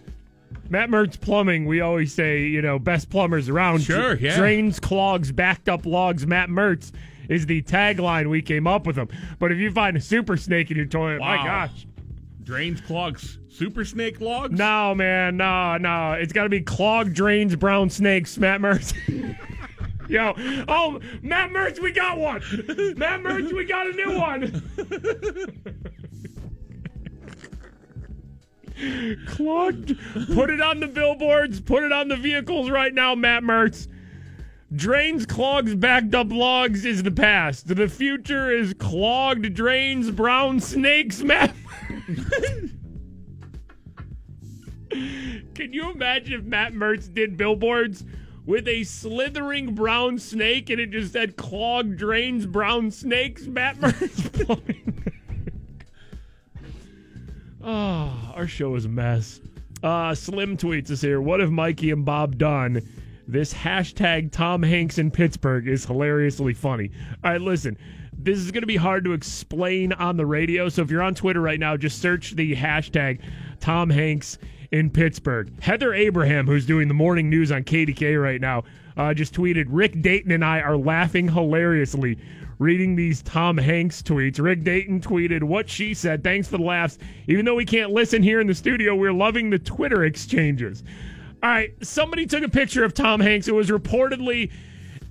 Speaker 2: Matt Mertz Plumbing, we always say, you know, best plumbers around.
Speaker 3: Sure, yeah.
Speaker 2: Drains, clogs, backed up logs. Matt Mertz is the tagline we came up with him. But if you find a super snake in your toilet, my
Speaker 3: Wow.
Speaker 2: gosh.
Speaker 3: Drains clogs. Super snake logs?
Speaker 2: No, man, no, no. It's got to be clogged drains, brown snakes, Matt Mertz. Yo, oh, Matt Mertz, we got one. Matt Mertz, we got a new one. Clogged. Put it on the billboards. Put it on the vehicles right now, Matt Mertz. Drains, clogs, backed up logs is the past. The future is clogged drains, brown snakes, map. Can you imagine if Matt Mertz did billboards with a slithering brown snake and it just said clogged drains, brown snakes, Matt Mertz? Ah, our show is a mess. Uh, Slim tweets us here. What have Mikey and Bob done? This hashtag Tom Hanks in Pittsburgh is hilariously funny. All right, listen. This is going to be hard to explain on the radio. So if you're on Twitter right now, just search the hashtag Tom Hanks in Pittsburgh. Heather Abraham, who's doing the morning news on KDK right now, uh, just tweeted Rick Dayton and I are laughing hilariously reading these Tom Hanks tweets. Rick Dayton tweeted what she said. Thanks for the laughs. Even though we can't listen here in the studio, we're loving the Twitter exchanges. All right, somebody took a picture of Tom Hanks. It was reportedly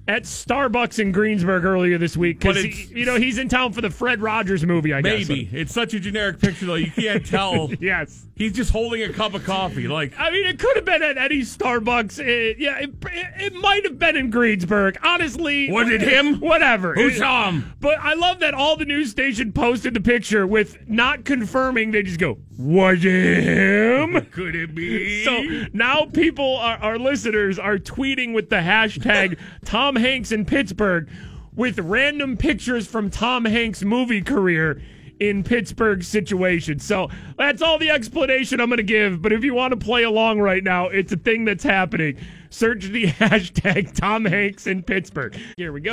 Speaker 2: at Starbucks in Greensburg earlier this week
Speaker 25: But
Speaker 2: because
Speaker 25: it's-
Speaker 2: you know he's in town for the Fred Rogers movie. I guess
Speaker 25: Maybe it's such a generic picture though you can't tell.
Speaker 2: yes,
Speaker 25: he's just holding a cup of coffee. Like
Speaker 2: I mean, it could have been at any Starbucks. It, yeah, it, it, it might have been in Greensburg. Honestly,
Speaker 25: Was it him?
Speaker 2: Whatever.
Speaker 25: Who
Speaker 2: It-
Speaker 25: saw him?
Speaker 2: But I love that all the news station posted the picture with not confirming. They just go, "Was it him?"
Speaker 25: could it be?
Speaker 2: So now people, are, our listeners, are tweeting with the hashtag Tom Hanks in Pittsburgh with random pictures from Tom Hanks' movie career in Pittsburgh situation. So that's all the explanation I'm going to give. But if you want to play along right now, it's a thing that's happening. Search the hashtag Tom Hanks in Pittsburgh. Here we go.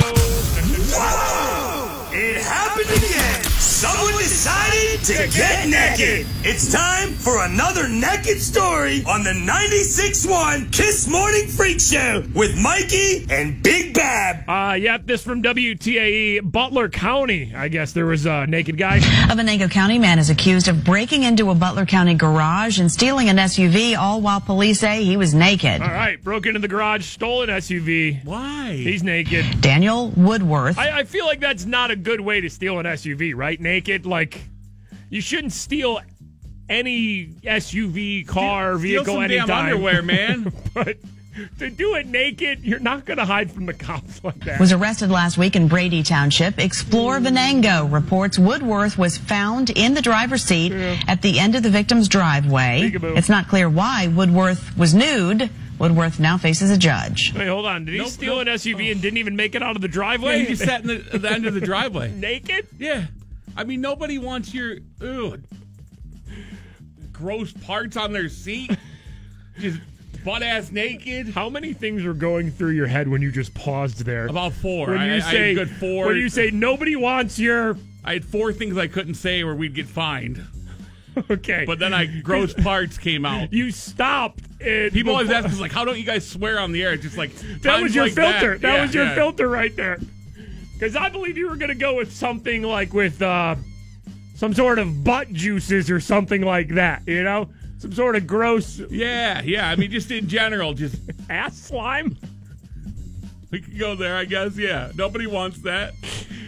Speaker 5: It happened again. Someone decided to get naked. It's time for another naked story on the 96.1 Kiss Morning Freak Show with Mikey and Big Bab.
Speaker 2: Uh, yep, this from WTAE E, Butler County. I guess there was a naked guy.
Speaker 6: A Venango County man is accused of breaking into a Butler County garage and stealing an SUV, all while police say he was naked.
Speaker 2: All right, broke into the garage, stole an SUV. Why? He's naked.
Speaker 6: Daniel Woodworth.
Speaker 2: I, I feel like that's not a good way to steal an SUV, right? Naked, like you shouldn't steal any SUV,
Speaker 25: Steal
Speaker 2: car, vehicle,
Speaker 25: some damn
Speaker 2: anytime.
Speaker 25: underwear, man.
Speaker 2: but to do it naked, you're not going to hide from the cops like that.
Speaker 6: was arrested last week in Brady Township. Explore Venango reports Woodworth was found in the driver's seat at the end of the victim's driveway.
Speaker 2: Peekaboo.
Speaker 6: It's not clear why Woodworth was nude. Woodworth now faces a judge.
Speaker 2: Wait, hold on. Did he steal an SUV and didn't even make it out of the driveway?
Speaker 25: Yeah, he just sat in the, at the end of the driveway.
Speaker 2: Naked?
Speaker 25: Yeah. I mean, nobody wants your ew, gross parts on their seat. just butt ass naked.
Speaker 2: How many things were going through your head when you just paused there?
Speaker 25: About four.
Speaker 2: When
Speaker 25: I- I
Speaker 2: you
Speaker 25: had
Speaker 2: say
Speaker 25: a good four.
Speaker 2: When you say nobody wants your
Speaker 25: I had four things I couldn't say or we'd get fined.
Speaker 2: okay,
Speaker 25: But then I gross parts came out.
Speaker 2: You stopped. And
Speaker 25: People always
Speaker 2: before-
Speaker 25: ask us like, "How don't you guys swear on the air?" It's just like
Speaker 2: That was
Speaker 25: times
Speaker 2: your
Speaker 25: like
Speaker 2: filter. That,
Speaker 25: Yeah,
Speaker 2: was your
Speaker 25: yeah.
Speaker 2: filter right there. Because I believe you were going to go with something like with uh, some sort of butt juices or something like that. You know, some sort of gross
Speaker 25: Yeah, yeah. I mean, just in general, just
Speaker 2: ass slime.
Speaker 25: we could go there, I guess. Yeah, nobody wants that.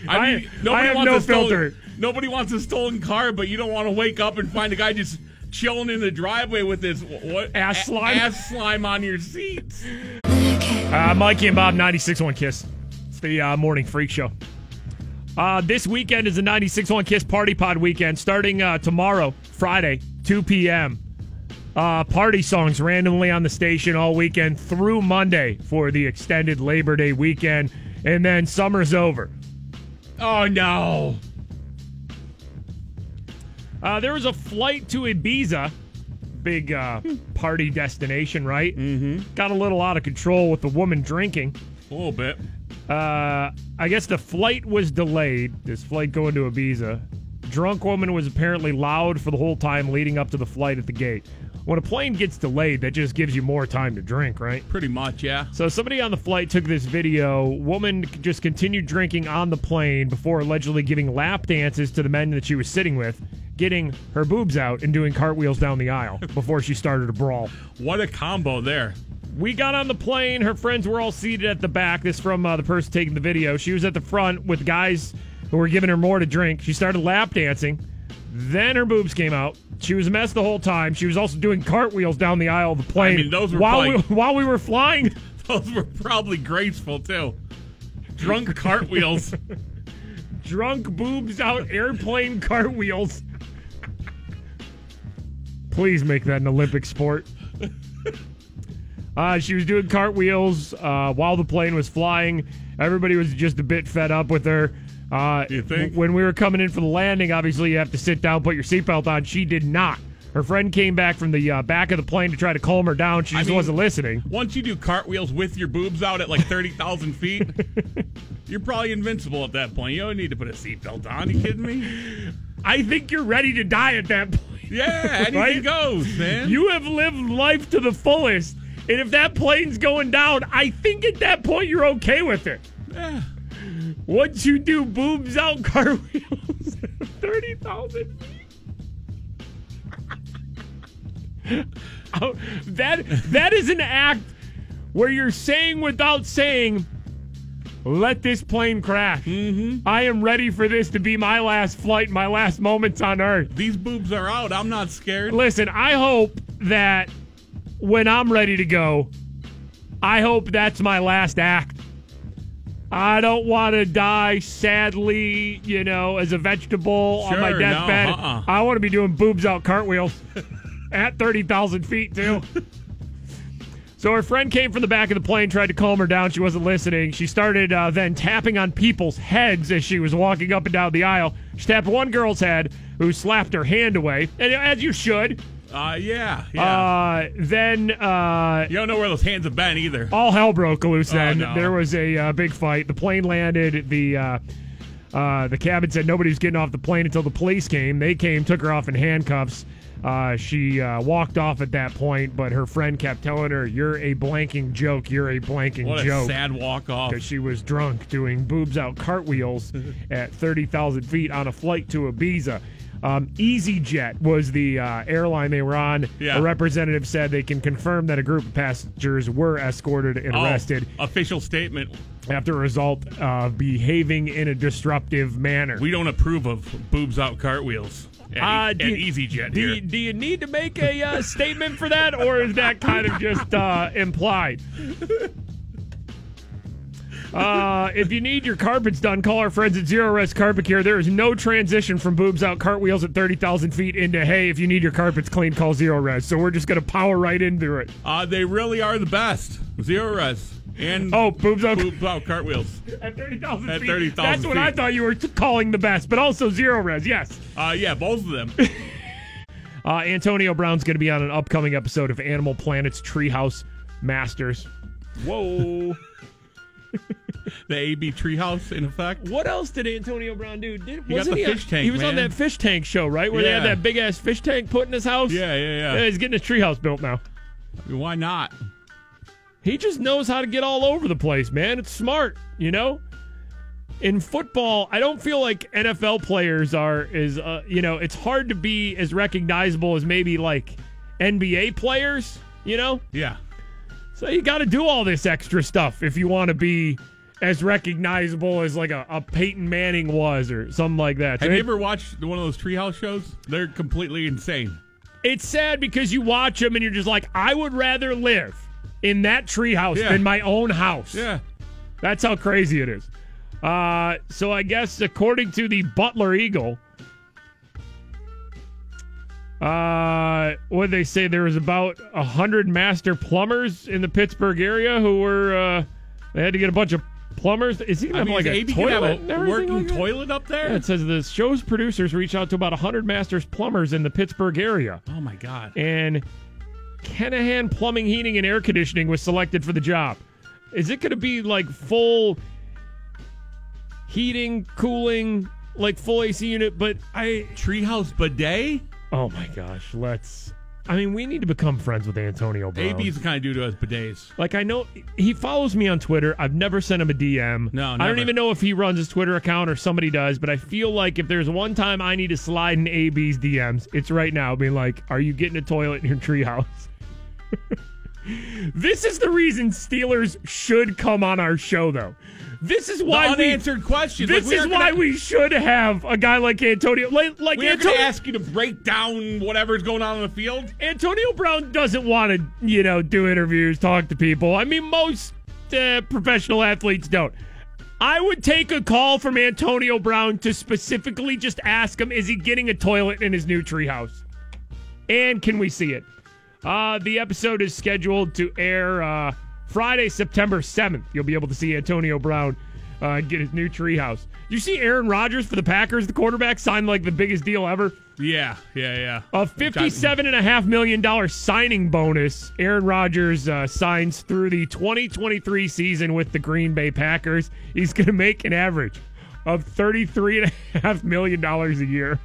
Speaker 2: I- I have no
Speaker 25: a stolen,
Speaker 2: filter.
Speaker 25: Nobody wants a stolen car, but you don't want to wake up and find a guy just chilling in the driveway with this wh- what
Speaker 2: Ass
Speaker 25: a-
Speaker 2: slime?
Speaker 25: ass slime on your seat.
Speaker 2: Uh, Mikey and Bob, 96.1 Kiss. It's the uh, morning freak show. Uh, this weekend is the 96.1 Kiss Party Pod weekend, starting uh, tomorrow, Friday, 2 p.m. Uh, party songs randomly on the station all weekend through Monday for the extended Labor Day weekend, and then summer's over.
Speaker 25: Oh no!
Speaker 2: Uh, there was a flight to Ibiza, big uh, party destination, right? Mm-hmm. Got a little out of control with the woman drinking.
Speaker 25: A little bit.
Speaker 2: Uh, I guess the flight was delayed. This flight going to Ibiza. Drunk woman was apparently loud for the whole time leading up to the flight at the gate. When a plane gets delayed, that just gives you more time to drink, right?
Speaker 25: Pretty much, yeah.
Speaker 2: So somebody on the flight took this video. Woman c- just continued drinking on the plane before allegedly giving lap dances to the men that she was sitting with, getting her boobs out and doing cartwheels down the aisle before she started a brawl.
Speaker 25: What a combo there.
Speaker 2: We got on the plane. Her friends were all seated at the back. This from uh, the person taking the video. She was at the front with guys who were giving her more to drink. She started lap dancing. Then her boobs came out. She was a mess the whole time. She was also doing cartwheels down the aisle of the plane
Speaker 25: mean, those were
Speaker 2: while
Speaker 25: probably-
Speaker 2: we, while we were flying.
Speaker 3: Those were probably graceful too. Drunk cartwheels.
Speaker 2: Drunk boobs out airplane cartwheels. Please make that an Olympic sport. Uh, she was doing cartwheels uh, while the plane was flying. Everybody was just a bit fed up with her. Uh,
Speaker 3: You think?
Speaker 2: When we were coming in for the landing, obviously you have to sit down, put your seatbelt on. She did not. Her friend came back from the uh, back of the plane to try to calm her down. She
Speaker 3: I
Speaker 2: just
Speaker 3: mean-
Speaker 2: wasn't listening.
Speaker 3: Once you do cartwheels with your boobs out at like 30,000 feet, you're probably invincible at that point. You don't need to put a seatbelt on. you kidding me?
Speaker 2: I think you're ready to die at that point.
Speaker 3: Yeah, anything goes, man.
Speaker 2: You have lived life to the fullest. And if that plane's going down, I think at that point you're okay with it.
Speaker 3: Yeah.
Speaker 2: Once you do boobs out cartwheels, 30,000 Oh, that that is an act where you're saying without saying, "Let this plane crash." Mm-hmm. I am ready for this to be my last flight, my last moments on Earth.
Speaker 3: These boobs are out. I'm not scared.
Speaker 2: Listen, I hope that when I'm ready to go, I hope that's my last act. I don't want to die sadly, you know, as a vegetable on my
Speaker 3: Sure, no,
Speaker 2: deathbed.
Speaker 3: uh-uh.
Speaker 2: I want to be doing boobs out cartwheels at 30,000 feet, too. so her friend came from the back of the plane, tried to calm her down. She wasn't listening. She started uh, then tapping on people's heads as she was walking up and down the aisle. She tapped one girl's head who slapped her hand away, and as you should.
Speaker 3: Uh, yeah, yeah.
Speaker 2: Uh, then uh,
Speaker 3: you don't know where those hands have been either.
Speaker 2: all hell broke loose.
Speaker 3: Oh,
Speaker 2: Then
Speaker 3: no.
Speaker 2: there was a uh, big fight. The plane landed. The uh, uh, the cabin said nobody was getting off the plane until the police came. They came, took her off in handcuffs. Uh, she uh, walked off at that point, but her friend kept telling her, "You're a blanking joke. You're a blanking
Speaker 3: What a
Speaker 2: joke."
Speaker 3: sad walk off.
Speaker 2: because she was drunk doing boobs out cartwheels at 30,000 feet on a flight to Ibiza. Um, EasyJet was the uh, airline they were on.
Speaker 3: Yeah.
Speaker 2: A representative said they can confirm that a group of passengers were escorted and
Speaker 3: Oh,
Speaker 2: arrested
Speaker 3: official statement.
Speaker 2: after a result of behaving in a disruptive manner.
Speaker 3: We don't approve of boobs out cartwheels e-, at,
Speaker 2: Uh,
Speaker 3: at
Speaker 2: do you-
Speaker 3: EasyJet
Speaker 2: do
Speaker 3: here.
Speaker 2: you, do you need to make a uh, statement for that, or is that kind of just uh, implied? Uh, if you need your carpets done, call our friends at Zero Res Carpet Care. There is no transition from boobs out cartwheels at 30,000 feet into, hey, if you need your carpets clean, call Zero Res. So we're just going to power right into it.
Speaker 3: uh, they really are the best. Zero res. And
Speaker 2: Oh, boobs out-
Speaker 3: boobs out cartwheels.
Speaker 2: At 30,000
Speaker 3: At
Speaker 2: feet.
Speaker 3: 30,000
Speaker 2: That's what I
Speaker 3: feet.
Speaker 2: thought you were t- calling the best, but also Zero Res, yes.
Speaker 3: Uh, yeah, both of them.
Speaker 2: Uh, Antonio Brown's going to be on an upcoming episode of Animal Planet's Treehouse Masters.
Speaker 3: Whoa. the AB Treehouse, in effect.
Speaker 2: What else did Antonio Brown do? Did,
Speaker 3: He got
Speaker 2: wasn't
Speaker 3: the
Speaker 2: he, on-
Speaker 3: fish tank,
Speaker 2: he was on
Speaker 3: man.
Speaker 2: that fish tank show, right? Where they had
Speaker 3: Yeah.
Speaker 2: that big ass fish tank put in his house.
Speaker 3: Yeah, yeah, yeah.
Speaker 2: he's getting his treehouse built now.
Speaker 3: Why not?
Speaker 2: He just knows how to get all over the place, man. It's smart, you know. In football, I don't feel like NFL players are is uh, you know it's hard to be as recognizable as maybe like NBA players, you know.
Speaker 3: Yeah.
Speaker 2: So you got to do all this extra stuff if you want to be as recognizable as like a, a Peyton Manning was or something like that. So
Speaker 3: Have you
Speaker 2: it-
Speaker 3: ever watched one of those treehouse shows? They're completely insane.
Speaker 2: It's sad because you watch them and you're just like, I would rather live in that treehouse
Speaker 3: Yeah.
Speaker 2: than my own house.
Speaker 3: Yeah.
Speaker 2: That's how crazy it is. Uh, so I guess according to the Butler Eagle, uh, what they say there was about a hundred master plumbers in the Pittsburgh area who were uh, they had to get a bunch of plumbers. Is he gonna
Speaker 3: I
Speaker 2: have
Speaker 3: mean,
Speaker 2: like
Speaker 3: is
Speaker 2: a
Speaker 3: AB
Speaker 2: toilet?
Speaker 3: gonna have
Speaker 2: and
Speaker 3: a
Speaker 2: everything
Speaker 3: working
Speaker 2: like that?
Speaker 3: toilet up there?
Speaker 2: Yeah, it says the show's producers reached out to about 100 masters plumbers in the Pittsburgh area.
Speaker 3: Oh my god.
Speaker 2: And Kenahan Plumbing, Heating, and Air Conditioning was selected for the job. Is it going to be like full heating, cooling, like full AC unit? But I.
Speaker 3: Treehouse bidet?
Speaker 2: Oh my gosh, let's. I mean, we need to become friends with Antonio Brown.
Speaker 3: AB's the kind of dude who has bidets.
Speaker 2: Like I know he follows me on Twitter. I've never sent him a DM.
Speaker 3: No,
Speaker 2: I don't
Speaker 3: never.
Speaker 2: even know if he runs his Twitter account or somebody does. But I feel like if there's one time I need to slide in AB's DMs, it's right now. Being like, "Are you getting a toilet in your treehouse?" this is the reason Steelers should come on our show, though. This is why
Speaker 3: the
Speaker 2: we.
Speaker 3: unanswered questions.
Speaker 2: This
Speaker 3: Like, we
Speaker 2: is
Speaker 3: aren't
Speaker 2: why
Speaker 3: gonna-
Speaker 2: we should have a guy like Antonio. Like, like
Speaker 3: We are going
Speaker 2: Antonio.
Speaker 3: to ask you to break down whatever's going on in the field.
Speaker 2: Antonio Brown doesn't want to, you know, do interviews, talk to people. I mean, most uh, professional athletes don't. I would take a call from Antonio Brown to specifically just ask him, is he getting a toilet in his new treehouse? And can we see it? Uh, the episode is scheduled to air uh, Friday, September 7th. You'll be able to see Antonio Brown uh, get his new treehouse. You see Aaron Rodgers for the Packers, the quarterback, signed like the biggest deal ever.
Speaker 3: Yeah, yeah, yeah.
Speaker 2: A fifty-seven and a half million dollar signing bonus. Aaron Rodgers uh, signs through the 2023 season with the Green Bay Packers. He's going to make an average of thirty-three and a half million dollars a year.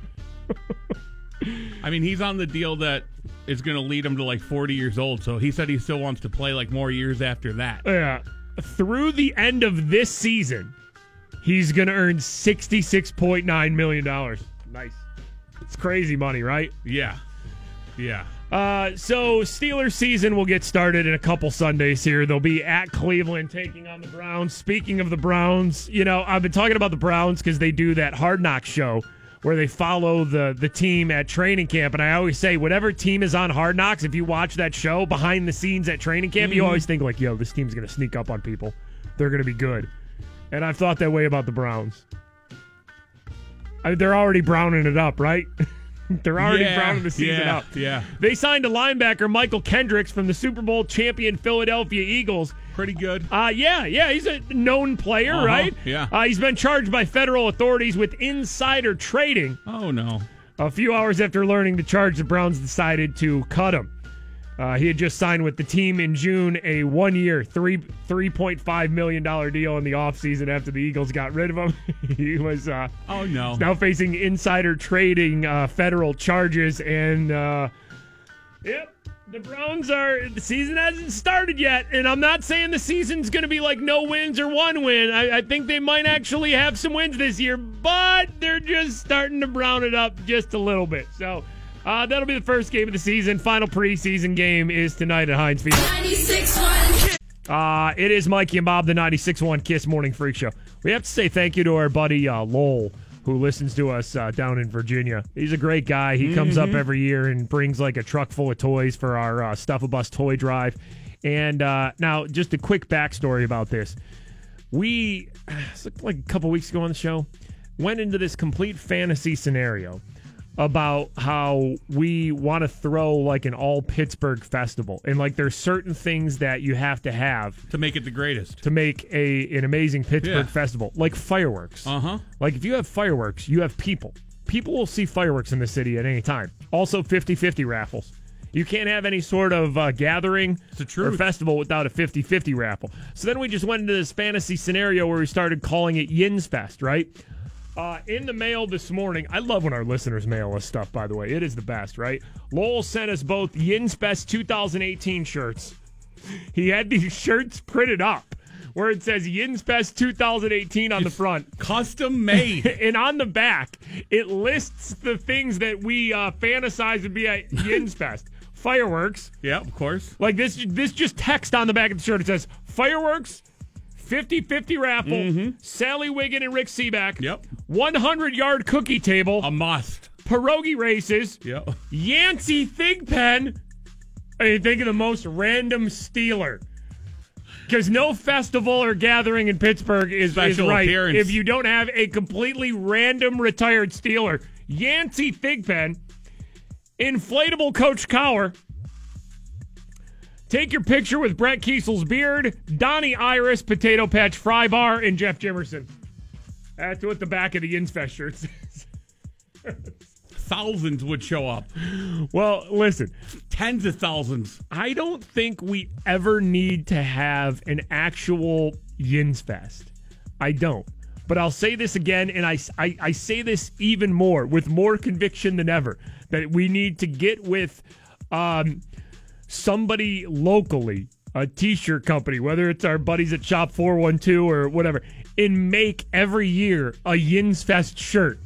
Speaker 3: I mean, he's on the deal that is going to lead him to like 40 years old. So he said he still wants to play like more years after that.
Speaker 2: Yeah, through the end of this season, he's going to earn sixty-six point nine million dollars.
Speaker 3: Nice.
Speaker 2: It's crazy money, right?
Speaker 3: Yeah. Yeah.
Speaker 2: Uh, so Steelers season will get started in a couple Sundays here. They'll be at Cleveland taking on the Browns. Speaking of the Browns, you know I've been talking about the Browns because they do that Hard Knock show where they follow the the team at training camp, and I always say whatever team is on Hard Knocks, if you watch that show behind the scenes at training camp, you always think like, yo, this team's gonna sneak up on people. They're gonna be good, and I've thought that way about the Browns. I mean, they're already browning it up, right? they're already
Speaker 3: Yeah,
Speaker 2: browning the season
Speaker 3: yeah,
Speaker 2: up.
Speaker 3: yeah.
Speaker 2: They signed a linebacker, Michael Kendricks, from the Super Bowl champion Philadelphia Eagles.
Speaker 3: Pretty good.
Speaker 2: Uh, yeah, yeah. He's a known player,
Speaker 3: Uh-huh,
Speaker 2: right?
Speaker 3: yeah.
Speaker 2: Uh, he's been charged by federal authorities with insider trading.
Speaker 3: Oh, no.
Speaker 2: A few hours after learning the charge, the Browns decided to cut him. Uh, he had just signed with the team in June a one year, three $3.5 million deal in the offseason after the Eagles got rid of him. he was. Uh,
Speaker 3: Oh, no.
Speaker 2: He's now facing insider trading uh, federal charges, and uh, yep, the Browns are the season hasn't started yet. And I'm not saying the season's going to be like no wins or one win. I, I think they might actually have some wins this year, but they're just starting to brown it up just a little bit. So. Uh, that'll be the first game of the season. Final preseason game is tonight at Heinz Field.
Speaker 7: 96.1
Speaker 2: Uh, it is Mikey and Bob, the 96.1 Kiss Morning Freak Show. We have to say thank you to our buddy uh, Lowell, who listens to us uh, down in Virginia. He's a great guy. He comes up
Speaker 3: Mhm.
Speaker 2: every year and brings like a truck full of toys for our uh, Stuff a Bus toy drive. And uh, now, just a quick backstory about this. We, it's like- like a couple weeks ago on the show, went into this complete fantasy scenario about how we want to throw like an all Pittsburgh festival. And like there's certain things that you have to have
Speaker 3: To make it the greatest.
Speaker 2: to make a an amazing Pittsburgh
Speaker 3: Yeah.
Speaker 2: festival, like fireworks.
Speaker 3: Uh huh.
Speaker 2: Like if you have fireworks, you have people. People will see fireworks in the city at any time. Also 50-50 raffles. You can't have any sort of uh, gathering or
Speaker 3: truth.
Speaker 2: festival without a 50-50 raffle. So then we just went into this fantasy scenario where we started calling it Yins Fest, right? Uh, in the mail this morning, I love when our listeners mail us stuff, by the way. It is the best, right? Lowell sent us both Yins Fest 2018 shirts he had these shirts printed up where it says Yin's Fest 2018 on the front.
Speaker 3: Custom made.
Speaker 2: and on the back, it lists the things that we uh, fantasize would be at Yin's Fest. Fireworks.
Speaker 3: Yeah, of course.
Speaker 2: Like this this just text on the back of the shirt. It says fireworks, 50-50 raffle, Sally Wiggin and Rick Seaback.
Speaker 3: Yep. Um,
Speaker 2: 100 yard cookie table.
Speaker 3: A must.
Speaker 2: pierogi races.
Speaker 3: Yep.
Speaker 2: Yancey Thigpen. I mean, think of the most random Steeler. Because no festival or gathering in Pittsburgh is, is
Speaker 3: Special
Speaker 2: right
Speaker 3: appearance.
Speaker 2: if you don't have a completely random retired Steeler. Yancey Thigpen, inflatable Coach Cower. Take your picture with Brett Kiesel's beard, Donnie Iris, Potato Patch Fry Bar, and Jeff Jimerson. That's what the back of the Insfest shirt says.
Speaker 3: Thousands would show up.
Speaker 2: Well, listen,
Speaker 3: Tens of thousands.
Speaker 2: I don't think we ever need to have an actual Yins Fest. I don't. But I'll say this again, and I, I, I say this even more with more conviction than ever that we need to get with um, somebody locally, a t shirt company, whether it's our buddies at Shop 412 or whatever, and make every year a Yins Fest shirt.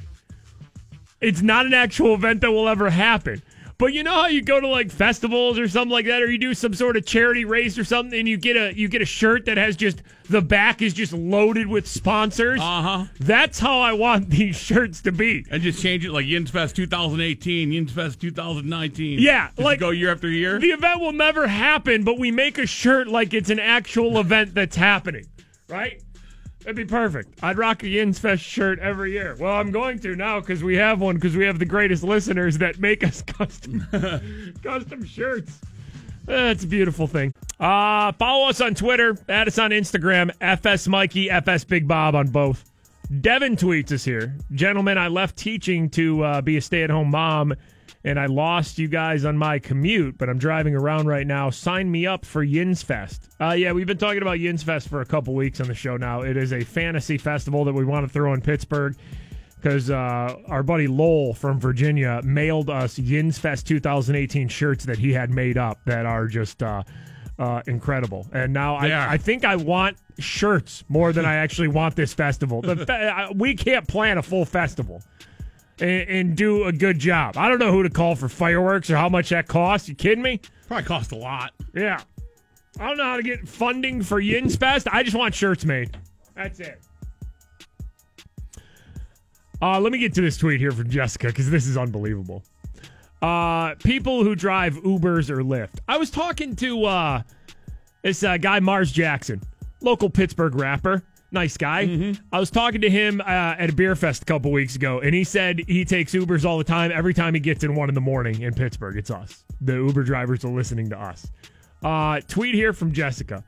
Speaker 2: It's not an actual event that will ever happen. But you know how you go to like festivals or something like that, or you do some sort of charity race or something, and you get a you get a shirt that has just the back is just loaded with sponsors. Uh huh. That's how I want these shirts to be.
Speaker 3: And just change it like Yins Fest 2018, Yins Fest 2019.
Speaker 2: Yeah,
Speaker 3: Just
Speaker 2: like-
Speaker 3: go year after year.
Speaker 2: The event will never happen, but we make a shirt like it's an actual event that's happening, right? That'd be perfect. I'd rock a Yins Fest shirt every year. Well, I'm going to now because we have one because we have the greatest listeners that make us custom custom shirts. That's a beautiful thing. Uh, follow us on Twitter, add us on Instagram, FS Mikey, FS Big Bob on both. Devin tweets us here. Gentlemen, I left teaching to uh, be a stay at home mom and I lost you guys on my commute, but I'm driving around right now. Sign me up for Yins Fest. Uh, yeah, we've been talking about Yins Fest for a couple weeks on the show now. It is a fantasy festival that we want to throw in Pittsburgh because uh, our buddy Lowell from Virginia mailed us Yins Fest 2018 shirts that he had made up that are just uh, uh, incredible. And now
Speaker 3: They are.
Speaker 2: I, I think I want shirts more than I actually want this festival. The fe- I- we can't plan a full festival and, and do a good job. I don't know who to call for fireworks or how much that costs. You kidding me?
Speaker 3: Probably cost a lot.
Speaker 2: Yeah. I don't know how to get funding for Yins Fest. I just want shirts made. That's it. Uh, let me get to this tweet here from Jessica because this is unbelievable. Uh, people who drive Ubers or Lyft. I was talking to uh, this uh, guy, Mars Jackson, local Pittsburgh rapper. Nice guy. I was talking to him uh, at a beer fest a couple weeks ago, and he said he takes Ubers all the time. Every time he gets in one in the morning in Pittsburgh, it's us. The Uber drivers are listening to us. Uh, tweet here from Jessica.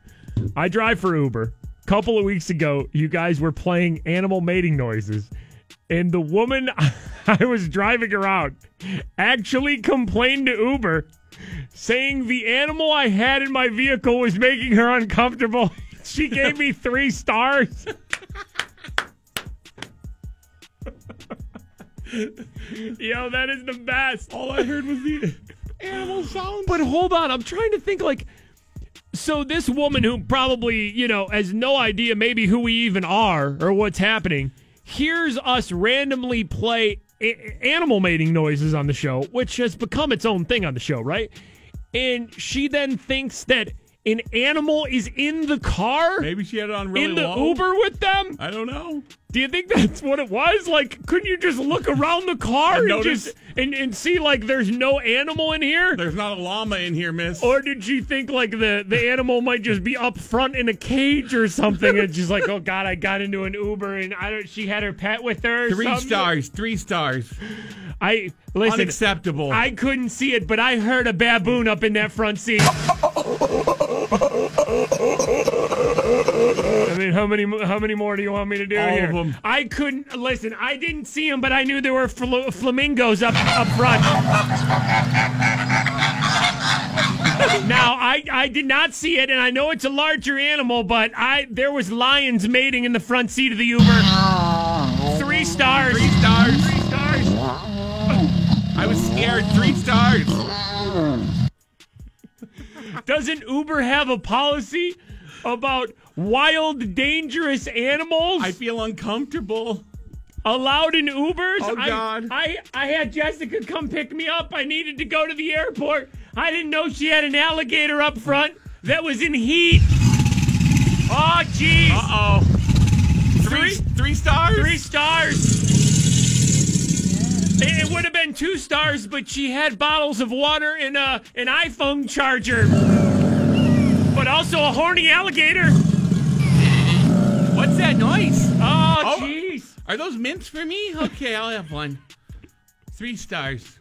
Speaker 2: I drive for Uber. Couple of weeks ago, you guys were playing animal mating noises, and the woman I was driving around actually complained to Uber, saying the animal I had in my vehicle was making her uncomfortable. She gave me three stars. Yo, that is the best. All I heard was the animal sound. But hold on, I'm trying to think like so this woman who probably, you know, has no idea maybe who we even are or what's happening, hears us randomly play a- animal mating noises on the show, which has become its own thing on the show, right? And she then thinks that an animal is in the car?
Speaker 3: Maybe she had it on really
Speaker 2: in the
Speaker 3: low.
Speaker 2: Uber with them?
Speaker 3: I don't know.
Speaker 2: Do you think that's what it was? Like, couldn't you just look around the
Speaker 3: I
Speaker 2: car and
Speaker 3: noticed-
Speaker 2: just and, and see like there's no animal in here?
Speaker 3: There's not a llama in here, miss.
Speaker 2: Or did you think like the the animal might just be up front in a cage or something? And she's like, oh god, I got into an Uber and I don't. She had her pet with her. or
Speaker 3: Three
Speaker 2: something."
Speaker 3: stars. Three stars.
Speaker 2: I listen.
Speaker 3: Unacceptable.
Speaker 2: I couldn't see it, but I heard a baboon up in that front seat. I mean, how many how many more do you want me to do
Speaker 3: All of
Speaker 2: here?
Speaker 3: them.
Speaker 2: I couldn't listen. I didn't see them, but I knew there were fl- flamingos up up front. now I I did not see it, and I know it's a larger animal, but I there was lions mating in the front seat of the Uber. Three stars.
Speaker 3: Three stars.
Speaker 2: Three stars.
Speaker 3: I was scared. Three stars.
Speaker 2: Doesn't Uber have a policy about wild, dangerous animals
Speaker 3: I feel uncomfortable.
Speaker 2: allowed in Ubers?
Speaker 3: Oh,
Speaker 2: I-
Speaker 3: God.
Speaker 2: I, I, had Jessica come pick me up. I needed to go to the airport. I didn't know she had an alligator up front that was in heat. Oh, jeez.
Speaker 3: Uh oh. Three, three stars.
Speaker 2: Three stars. It, it would have been two stars, but she had bottles of water and a, an iPhone charger. But also a horny alligator.
Speaker 3: What's that noise?
Speaker 2: Oh,
Speaker 3: Oh.
Speaker 2: jeez.
Speaker 3: Are those mints for me? Okay, I'll have one. Three stars.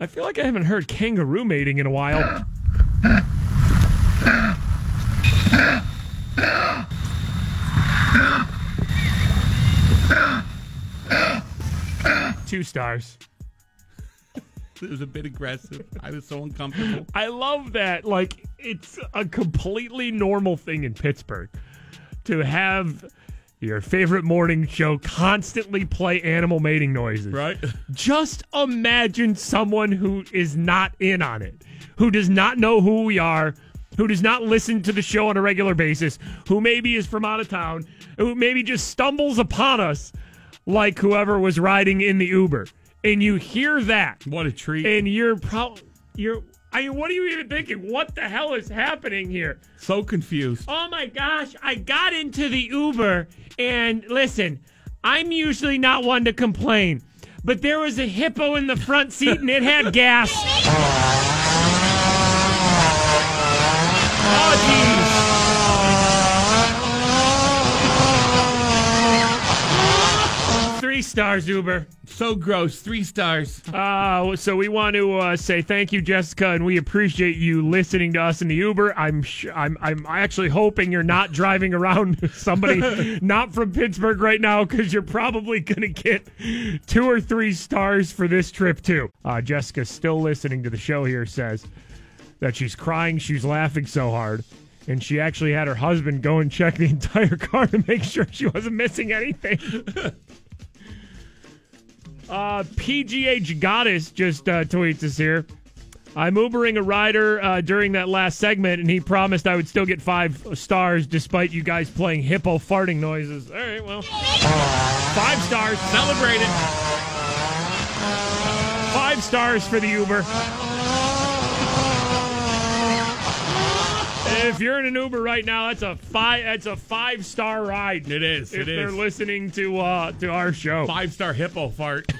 Speaker 2: I feel like I haven't heard kangaroo mating in a while. Two stars.
Speaker 3: It was a bit aggressive. I was so uncomfortable.
Speaker 2: I love that. Like, it's a completely normal thing in Pittsburgh to have your favorite morning show constantly play animal mating noises.
Speaker 3: Right?
Speaker 2: Just imagine someone who is not in on it, who does not know who we are, who does not listen to the show on a regular basis, who maybe is from out of town, who maybe just stumbles upon us like whoever was riding in the Uber. and you hear that,
Speaker 3: what a treat!
Speaker 2: and you're pro you're I mean, what are you even thinking? What the hell is happening here?
Speaker 3: so confused.
Speaker 2: Oh my gosh, I got into the Uber and listen, I'm usually not one to complain, but there was a hippo in the front seat and it had gas. Oh, geez. Three stars, Uber.
Speaker 3: So gross. Three stars.
Speaker 2: Uh, so we want to uh, say thank you, Jessica, and we appreciate you listening to us in the Uber. I'm sh- I'm I'm actually hoping you're not driving around somebody not from Pittsburgh right now because you're probably gonna get two or three stars for this trip too. Uh, Jessica, still listening to the show here, says that she's crying, she's laughing so hard. And she actually had her husband go and check the entire car to make sure she wasn't missing anything. Uh, PGH Goddess just uh, tweets us here. I'm Ubering a rider uh, during that last segment, and he promised I would still get five stars despite you guys playing hippo farting noises. All right, well, five stars. Celebrate it. Five stars for the Uber. If you're in an Uber right now, that's a five. That's a five star ride.
Speaker 3: It is.
Speaker 2: If
Speaker 3: It
Speaker 2: they're
Speaker 3: is.
Speaker 2: listening to uh, to our show,
Speaker 3: Five star hippo fart.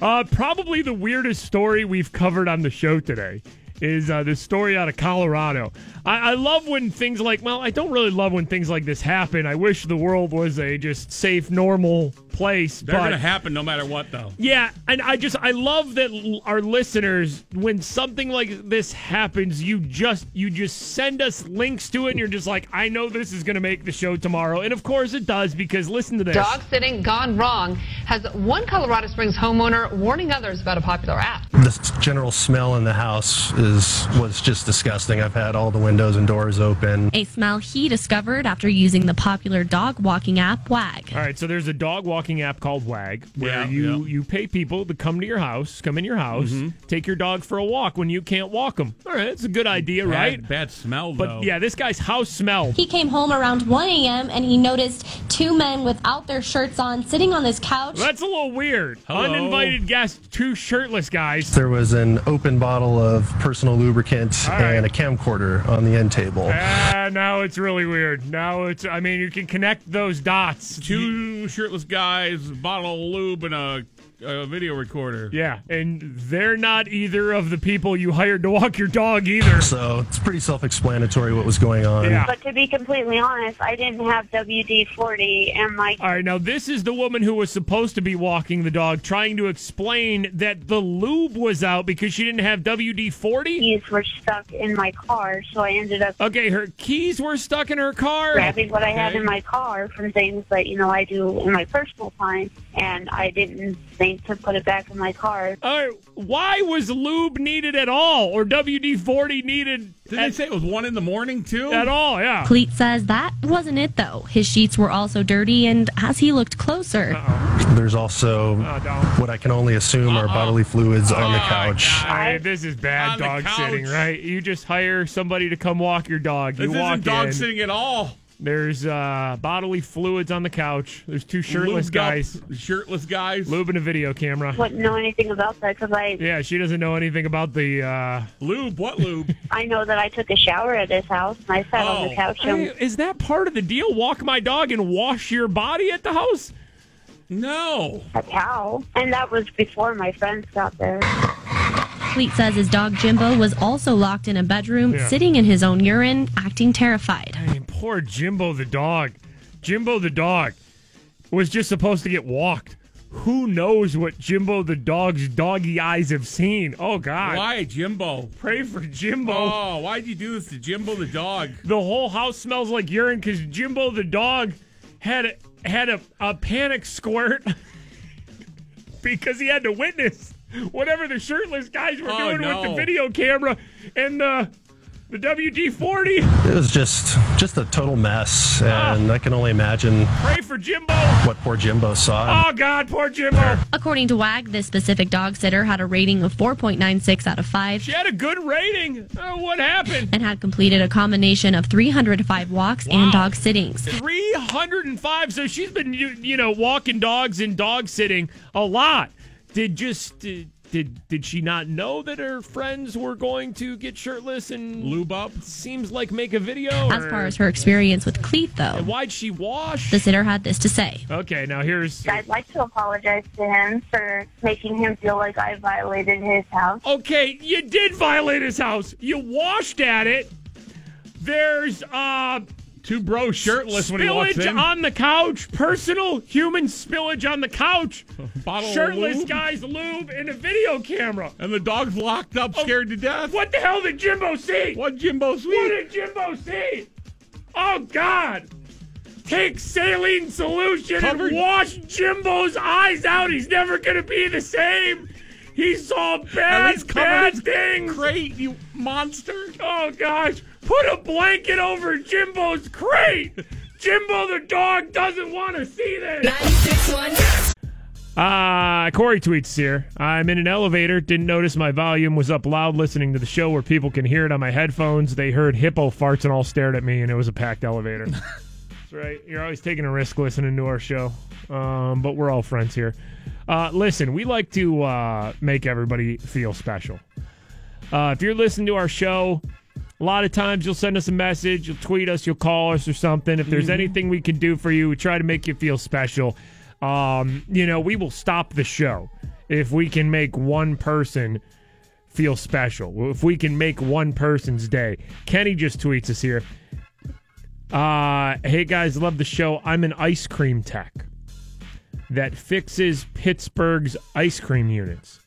Speaker 2: Uh, probably the weirdest story we've covered on the show today is uh, this story out of Colorado. I-, I love when things like, well, I don't really love when things like this happen. I wish the world was a just safe, normal place.
Speaker 3: They're
Speaker 2: but
Speaker 3: gonna happen no matter what, though.
Speaker 2: yeah, and I just I love that l- our listeners when something like this happens, you just you just send us links to it and you're just like, I know this is going to make the show tomorrow. And of course it does because listen to this.
Speaker 8: Dog sitting gone wrong has one Colorado Springs homeowner warning others about a popular app.
Speaker 9: The general smell in the house is was just disgusting. I've had all the windows and doors open.
Speaker 26: A smell he discovered after using the popular dog walking app Wag.
Speaker 2: All right, so there's a dog walking app called Wag where
Speaker 3: Yeah,
Speaker 2: you
Speaker 3: yeah. Mm-hmm.
Speaker 2: you pay people to come to your house, come in your house, take your dog for a walk when you can't walk them. All right, it's a good idea,
Speaker 3: Bad-
Speaker 2: right?
Speaker 3: Bad smell
Speaker 2: But
Speaker 3: though.
Speaker 2: yeah, this guy's house smelled.
Speaker 26: He came home around 1 a.m. and he noticed two men without their shirts on sitting on this couch.
Speaker 2: That's a little weird.
Speaker 9: Hello.
Speaker 2: Uninvited guests, two shirtless guys.
Speaker 9: There was an open bottle of personal lubricant and a camcorder on the end table.
Speaker 2: Ah, now it's really weird. Now it's I mean, you can connect those dots.
Speaker 3: Two shirtless guys, bottle of lube, and a, a video recorder.
Speaker 2: Yeah, and they're not either of the people you hired to walk your dog either.
Speaker 9: So it's pretty self-explanatory what was going on.
Speaker 27: But to be completely honest, I didn't have WD 40 and like.
Speaker 2: All right, now this is the woman who was supposed to be walking the dog trying to explain that the lube was out because she didn't have WD 40.
Speaker 27: Keys were stuck in my car, so I ended up
Speaker 2: Okay, her keys were stuck in her car.
Speaker 27: grabbing what I had
Speaker 2: Okay.
Speaker 27: in my car from things that you know I do in my personal time, and I didn't think to put it back in my car.
Speaker 2: All right, why was lube needed at all or WD 40 needed
Speaker 3: Did they say it was one in the morning too?
Speaker 2: at all? Yeah.
Speaker 26: Cleet says that wasn't it though. His sheets were also dirty, and as he looked closer,
Speaker 9: There's also
Speaker 2: Oh,
Speaker 9: what I can only assume are bodily fluids on the couch.
Speaker 2: I mean, this is bad
Speaker 3: On the
Speaker 2: dog
Speaker 3: couch.
Speaker 2: sitting, right? You just hire somebody to come walk your dog.
Speaker 3: This
Speaker 2: you
Speaker 3: isn't
Speaker 2: walk
Speaker 3: dog
Speaker 2: in.
Speaker 3: sitting at all.
Speaker 2: There's uh, bodily fluids on the couch. There's two shirtless
Speaker 3: Lubed
Speaker 2: guys.
Speaker 3: up shirtless guys.
Speaker 2: Lube and a video camera.
Speaker 27: Wouldn't know anything about that because I
Speaker 2: Yeah, she doesn't know anything about the. Uh...
Speaker 3: Lube. What lube?
Speaker 27: I know that I took a shower at his house and I sat
Speaker 2: Oh.
Speaker 27: on the couch
Speaker 2: I mean,
Speaker 27: and
Speaker 2: is that part of the deal? Walk my dog and wash your body at the house?
Speaker 3: No.
Speaker 27: a towel, and that was before my friends got there.
Speaker 26: Cleet says his dog Jimbo was also locked in a bedroom,
Speaker 2: Yeah.
Speaker 26: sitting in his own urine, acting terrified.
Speaker 2: I mean, poor Jimbo the dog. Jimbo the dog was just supposed to get walked. Who knows what Jimbo the dog's doggy eyes have seen? Oh, God.
Speaker 3: Why, Jimbo?
Speaker 2: Pray for Jimbo.
Speaker 3: Oh, why'd you do this to Jimbo the dog?
Speaker 2: The whole house smells like urine because Jimbo the dog had a, had a, a panic squirt because he had to witness whatever the shirtless guys were
Speaker 3: Oh,
Speaker 2: doing
Speaker 3: no.
Speaker 2: with the video camera and the The WD 40?
Speaker 9: It was just just a total mess, and I can only imagine
Speaker 2: Ah. Pray for Jimbo.
Speaker 9: what poor Jimbo saw.
Speaker 2: Oh, God, poor Jimbo.
Speaker 1: According to WAG, this specific dog sitter had a rating of 4.96 out of 5
Speaker 2: She had a good rating. Oh, what happened?
Speaker 1: and had completed a combination of 305 walks and dog sittings.
Speaker 2: 305. So she's been, you, you know, walking dogs and dog sitting a lot. Did just. uh, Did, did she not know that her friends were going to get shirtless and
Speaker 3: lube up?
Speaker 2: Seems like make a video.
Speaker 1: As
Speaker 2: or-
Speaker 1: far as her experience with Cleat, though,
Speaker 2: why'd she wash?
Speaker 1: the sitter had this to say.
Speaker 2: Okay, now here's
Speaker 27: I'd like to apologize to him for making him feel like I violated his house.
Speaker 2: Okay, you did violate his house. You washed at it. There's uh
Speaker 3: Two bros shirtless when he walks
Speaker 2: spillage
Speaker 3: in.
Speaker 2: on the couch, personal human spillage on the couch.
Speaker 3: Bottle of
Speaker 2: Shirtless
Speaker 3: lube?
Speaker 2: guy's lube and a video camera.
Speaker 3: and the dog's locked up, scared to death.
Speaker 2: What the hell did Jimbo see?
Speaker 3: What Jimbo Sweet?
Speaker 2: What did Jimbo see? Oh God! Take saline solution
Speaker 3: Covered-
Speaker 2: and wash Jimbo's eyes out. He's never gonna be the same. He saw
Speaker 3: At
Speaker 2: bad,
Speaker 3: least cover
Speaker 2: bad
Speaker 3: his
Speaker 2: things.
Speaker 3: crate, you monster.
Speaker 2: Oh gosh! Put a blanket over Jimbo's crate. Jimbo the dog doesn't want to see this.
Speaker 7: 961
Speaker 2: Uh, Corey tweets here. I'm in an elevator. Didn't notice my volume was up loud listening to the show where people can hear it on my headphones. They heard hippo farts and all stared at me, and it was a packed elevator. That's right. You're always taking a risk listening to our show. Um, but we're all friends here. Uh, listen, we like to uh, make everybody feel special. Uh, if you're listening to our show, a lot of times you'll send us a message, you'll tweet us, you'll call us or something. If there's anything we can do for you, we try to make you feel special. Um, you know, we will stop the show if we can make one person feel special. If we can make one person's day. Kenny just tweets us here. Uh, hey guys, love the show. I'm an ice cream tech that fixes Pittsburgh's ice cream units.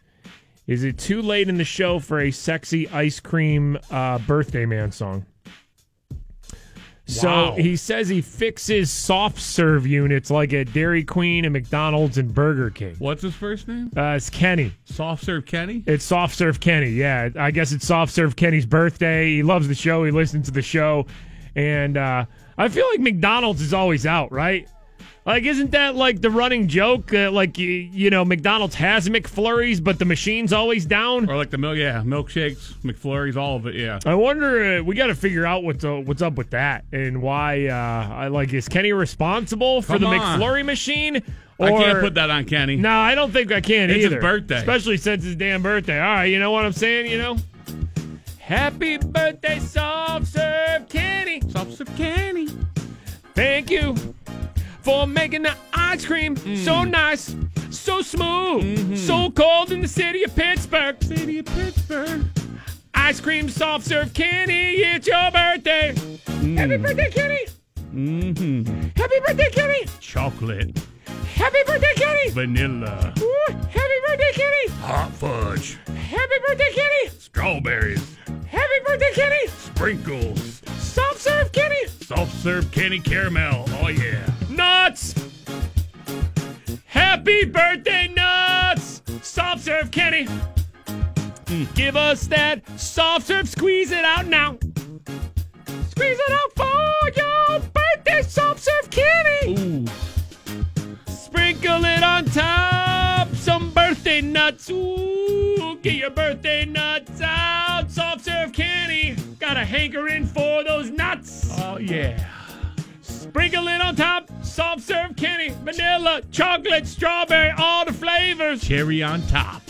Speaker 2: Is it too late in the show for a sexy ice cream uh, birthday man song?
Speaker 3: Wow.
Speaker 2: So he says he fixes soft serve units like at Dairy Queen and McDonald's and Burger King.
Speaker 3: What's his first name?
Speaker 2: Uh, it's Kenny.
Speaker 3: Soft serve Kenny.
Speaker 2: It's Soft Serve Kenny. Yeah, I guess it's Soft Serve Kenny's birthday. He loves the show. He listens to the show, and uh, I feel like McDonald's is always out, right? Like, isn't that like the running joke? Uh, like, you, you know, McDonald's has McFlurries, but the machine's always down.
Speaker 3: Or like the milk, yeah, milkshakes, McFlurries, all of it, yeah.
Speaker 2: I wonder. Uh, we got to figure out what's uh, what's up with that and why. Uh, I like is Kenny responsible for
Speaker 3: Come
Speaker 2: the
Speaker 3: on.
Speaker 2: McFlurry machine?
Speaker 3: I can't
Speaker 2: or-
Speaker 3: put that on Kenny.
Speaker 2: No, I don't think I can
Speaker 3: It's his
Speaker 2: either.
Speaker 3: birthday.
Speaker 2: especially since his damn birthday. All right, you know what I'm saying? You know, happy birthday, soft serve Kenny.
Speaker 3: Soft serve Kenny.
Speaker 2: Thank you for making the ice cream
Speaker 3: Mm.
Speaker 2: so nice, so smooth,
Speaker 3: Mm-hmm.
Speaker 2: so cold in the city of Pittsburgh. City of Pittsburgh. Ice cream soft serve Kenny, it's your birthday. Happy birthday, Kenny.
Speaker 3: Mm. Mm-hmm.
Speaker 2: Happy birthday, Kenny.
Speaker 3: Chocolate,
Speaker 2: Happy birthday, Kenny.
Speaker 3: vanilla,
Speaker 2: Ooh, happy birthday, Kenny.
Speaker 3: hot fudge,
Speaker 2: Happy birthday, Kenny.
Speaker 3: strawberries,
Speaker 2: Happy birthday, Kenny.
Speaker 3: sprinkles,
Speaker 2: Soft serve Kenny.
Speaker 3: soft serve Kenny caramel. Oh yeah.
Speaker 2: Nuts. Happy birthday, Nuts. Soft serve Kenny. Mm. Give us that soft serve. Squeeze it out now. Squeeze it out for your birthday, soft serve Kenny.
Speaker 3: Ooh.
Speaker 2: Sprinkle it on top. Some birthday nuts. Ooh, get your birthday nuts out. Soft serve Kenny. Gotta hanker in for those nuts.
Speaker 3: Oh yeah.
Speaker 2: Sprinkle it on top. Soft serve Kenny. Vanilla, chocolate, strawberry, all the flavors.
Speaker 3: Cherry on top.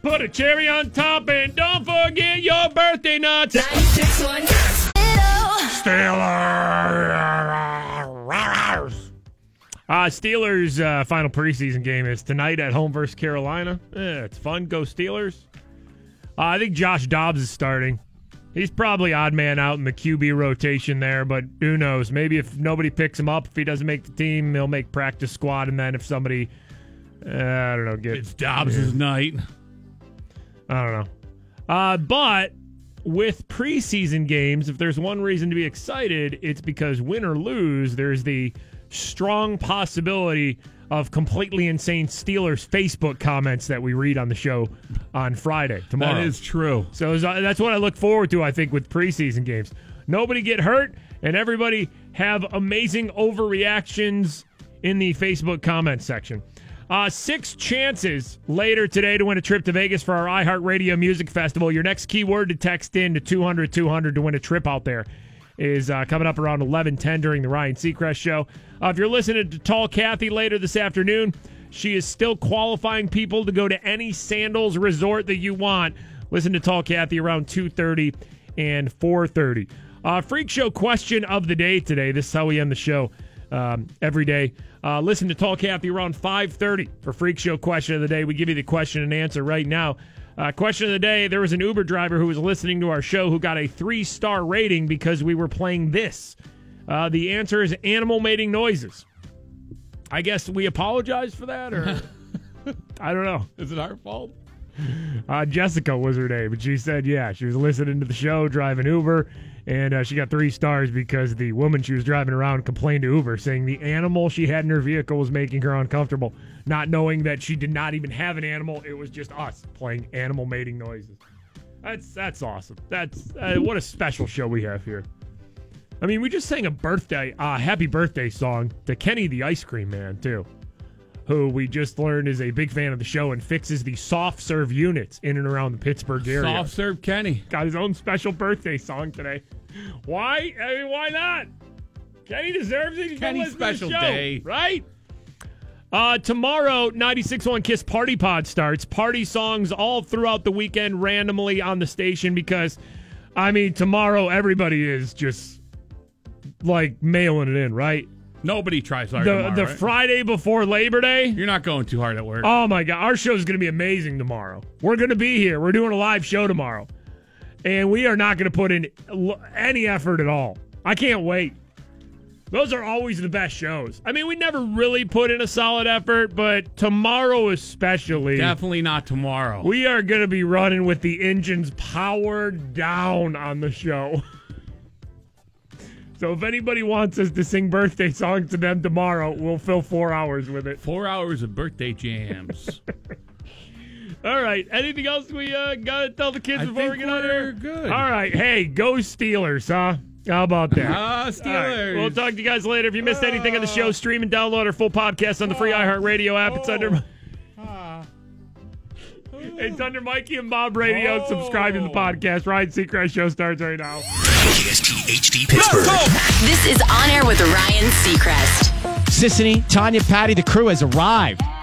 Speaker 2: Put a cherry on top and don't forget your birthday nuts.
Speaker 7: 961
Speaker 3: Steelers.
Speaker 2: Uh, Steelers' uh, final preseason game is tonight at home versus Carolina. Eh, it's fun. Go Steelers. Uh, I think Josh Dobbs is starting. He's probably odd man out in the QB rotation there, but who knows? Maybe if nobody picks him up, if he doesn't make the team, he'll make practice squad. And then if somebody, uh, I don't know, gets
Speaker 3: It's Dobbs' night.
Speaker 2: I don't know. Uh, but with preseason games, if there's one reason to be excited, it's because win or lose, there's the strong possibility of completely insane Steelers Facebook comments that we read on the show on Friday tomorrow.
Speaker 3: That is true.
Speaker 2: So is- that's what I look forward to. I think with preseason games, nobody get hurt and everybody have amazing overreactions in the Facebook comment section. Uh, six chances later today to win a trip to Vegas for our iHeartRadio Music Festival. Your next keyword to text in to 200 200 to win a trip out there is uh, coming up around 11:10 during the Ryan Seacrest show. Uh, if you're listening to Tall Kathy later this afternoon, she is still qualifying people to go to any Sandals resort that you want. Listen to Tall Kathy around 2:30 and 4:30. Uh, Freak show question of the day today. This is how we end the show um, every day. Uh, listen to Tall Kathy around 5:30 for Freak Show question of the day. We give you the question and answer right now. Uh, question of the day: There was an Uber driver who was listening to our show who got a three-star rating because we were playing this. Uh, the answer is animal mating noises. I guess we apologize for that, or I don't know.
Speaker 3: Is it our fault?
Speaker 2: Uh, Jessica was her name, but she said, yeah, she was listening to the show, driving Uber, and uh, she got three stars because the woman she was driving around complained to Uber, saying the animal she had in her vehicle was making her uncomfortable, not knowing that she did not even have an animal. It was just us playing animal mating noises. That's that's awesome. That's uh, what a special show we have here. I mean, we just sang a birthday, uh, happy birthday song to Kenny the Ice Cream Man too who we just learned is a big fan of the show and fixes the soft serve units in and around the Pittsburgh area.
Speaker 3: Soft serve Kenny
Speaker 2: got his own special birthday song today. Why? I mean, why not? Kenny deserves it. He's been
Speaker 3: Kenny's
Speaker 2: listening to the
Speaker 3: special
Speaker 2: show,
Speaker 3: day.
Speaker 2: right? Uh, tomorrow, 96.1 Kiss Party Pod starts. Party songs all throughout the weekend randomly on the station because, I mean, tomorrow everybody is just like mailing it in, right?
Speaker 3: Nobody tries hard.
Speaker 2: the
Speaker 3: tomorrow,
Speaker 2: the
Speaker 3: right?
Speaker 2: Friday before Labor Day.
Speaker 3: You're not going too hard at work.
Speaker 2: Oh my god, our show is going to be amazing tomorrow. We're going to be here. We're doing a live show tomorrow, and we are not going to put in l- any effort at all. I can't wait. Those are always the best shows. I mean, we never really put in a solid effort, but tomorrow especially,
Speaker 3: Definitely not tomorrow.
Speaker 2: we are going to be running with the engines powered down on the show. So if anybody wants us to sing birthday songs to them tomorrow, we'll fill four hours with it.
Speaker 3: Four hours of birthday jams.
Speaker 2: All right. Anything else we uh, gotta tell the kids
Speaker 3: I
Speaker 2: before we
Speaker 3: think
Speaker 2: get out of
Speaker 3: we're
Speaker 2: here?
Speaker 3: good.
Speaker 2: All right. Hey, go Steelers, huh? How about that?
Speaker 3: Ah,
Speaker 2: All right,
Speaker 3: Steelers.
Speaker 2: We'll talk to you guys later. If you missed anything on the show, stream and download our full podcast on the free iHeartRadio app. It's under it's under Mikey and Bob Radio. Subscribe to the podcast. Ryan Seacrest show starts right now.
Speaker 5: KSTHD Pittsburgh.
Speaker 11: This is On Air with Ryan Seacrest.
Speaker 13: Sissany, Tanya, Patty, the crew has arrived.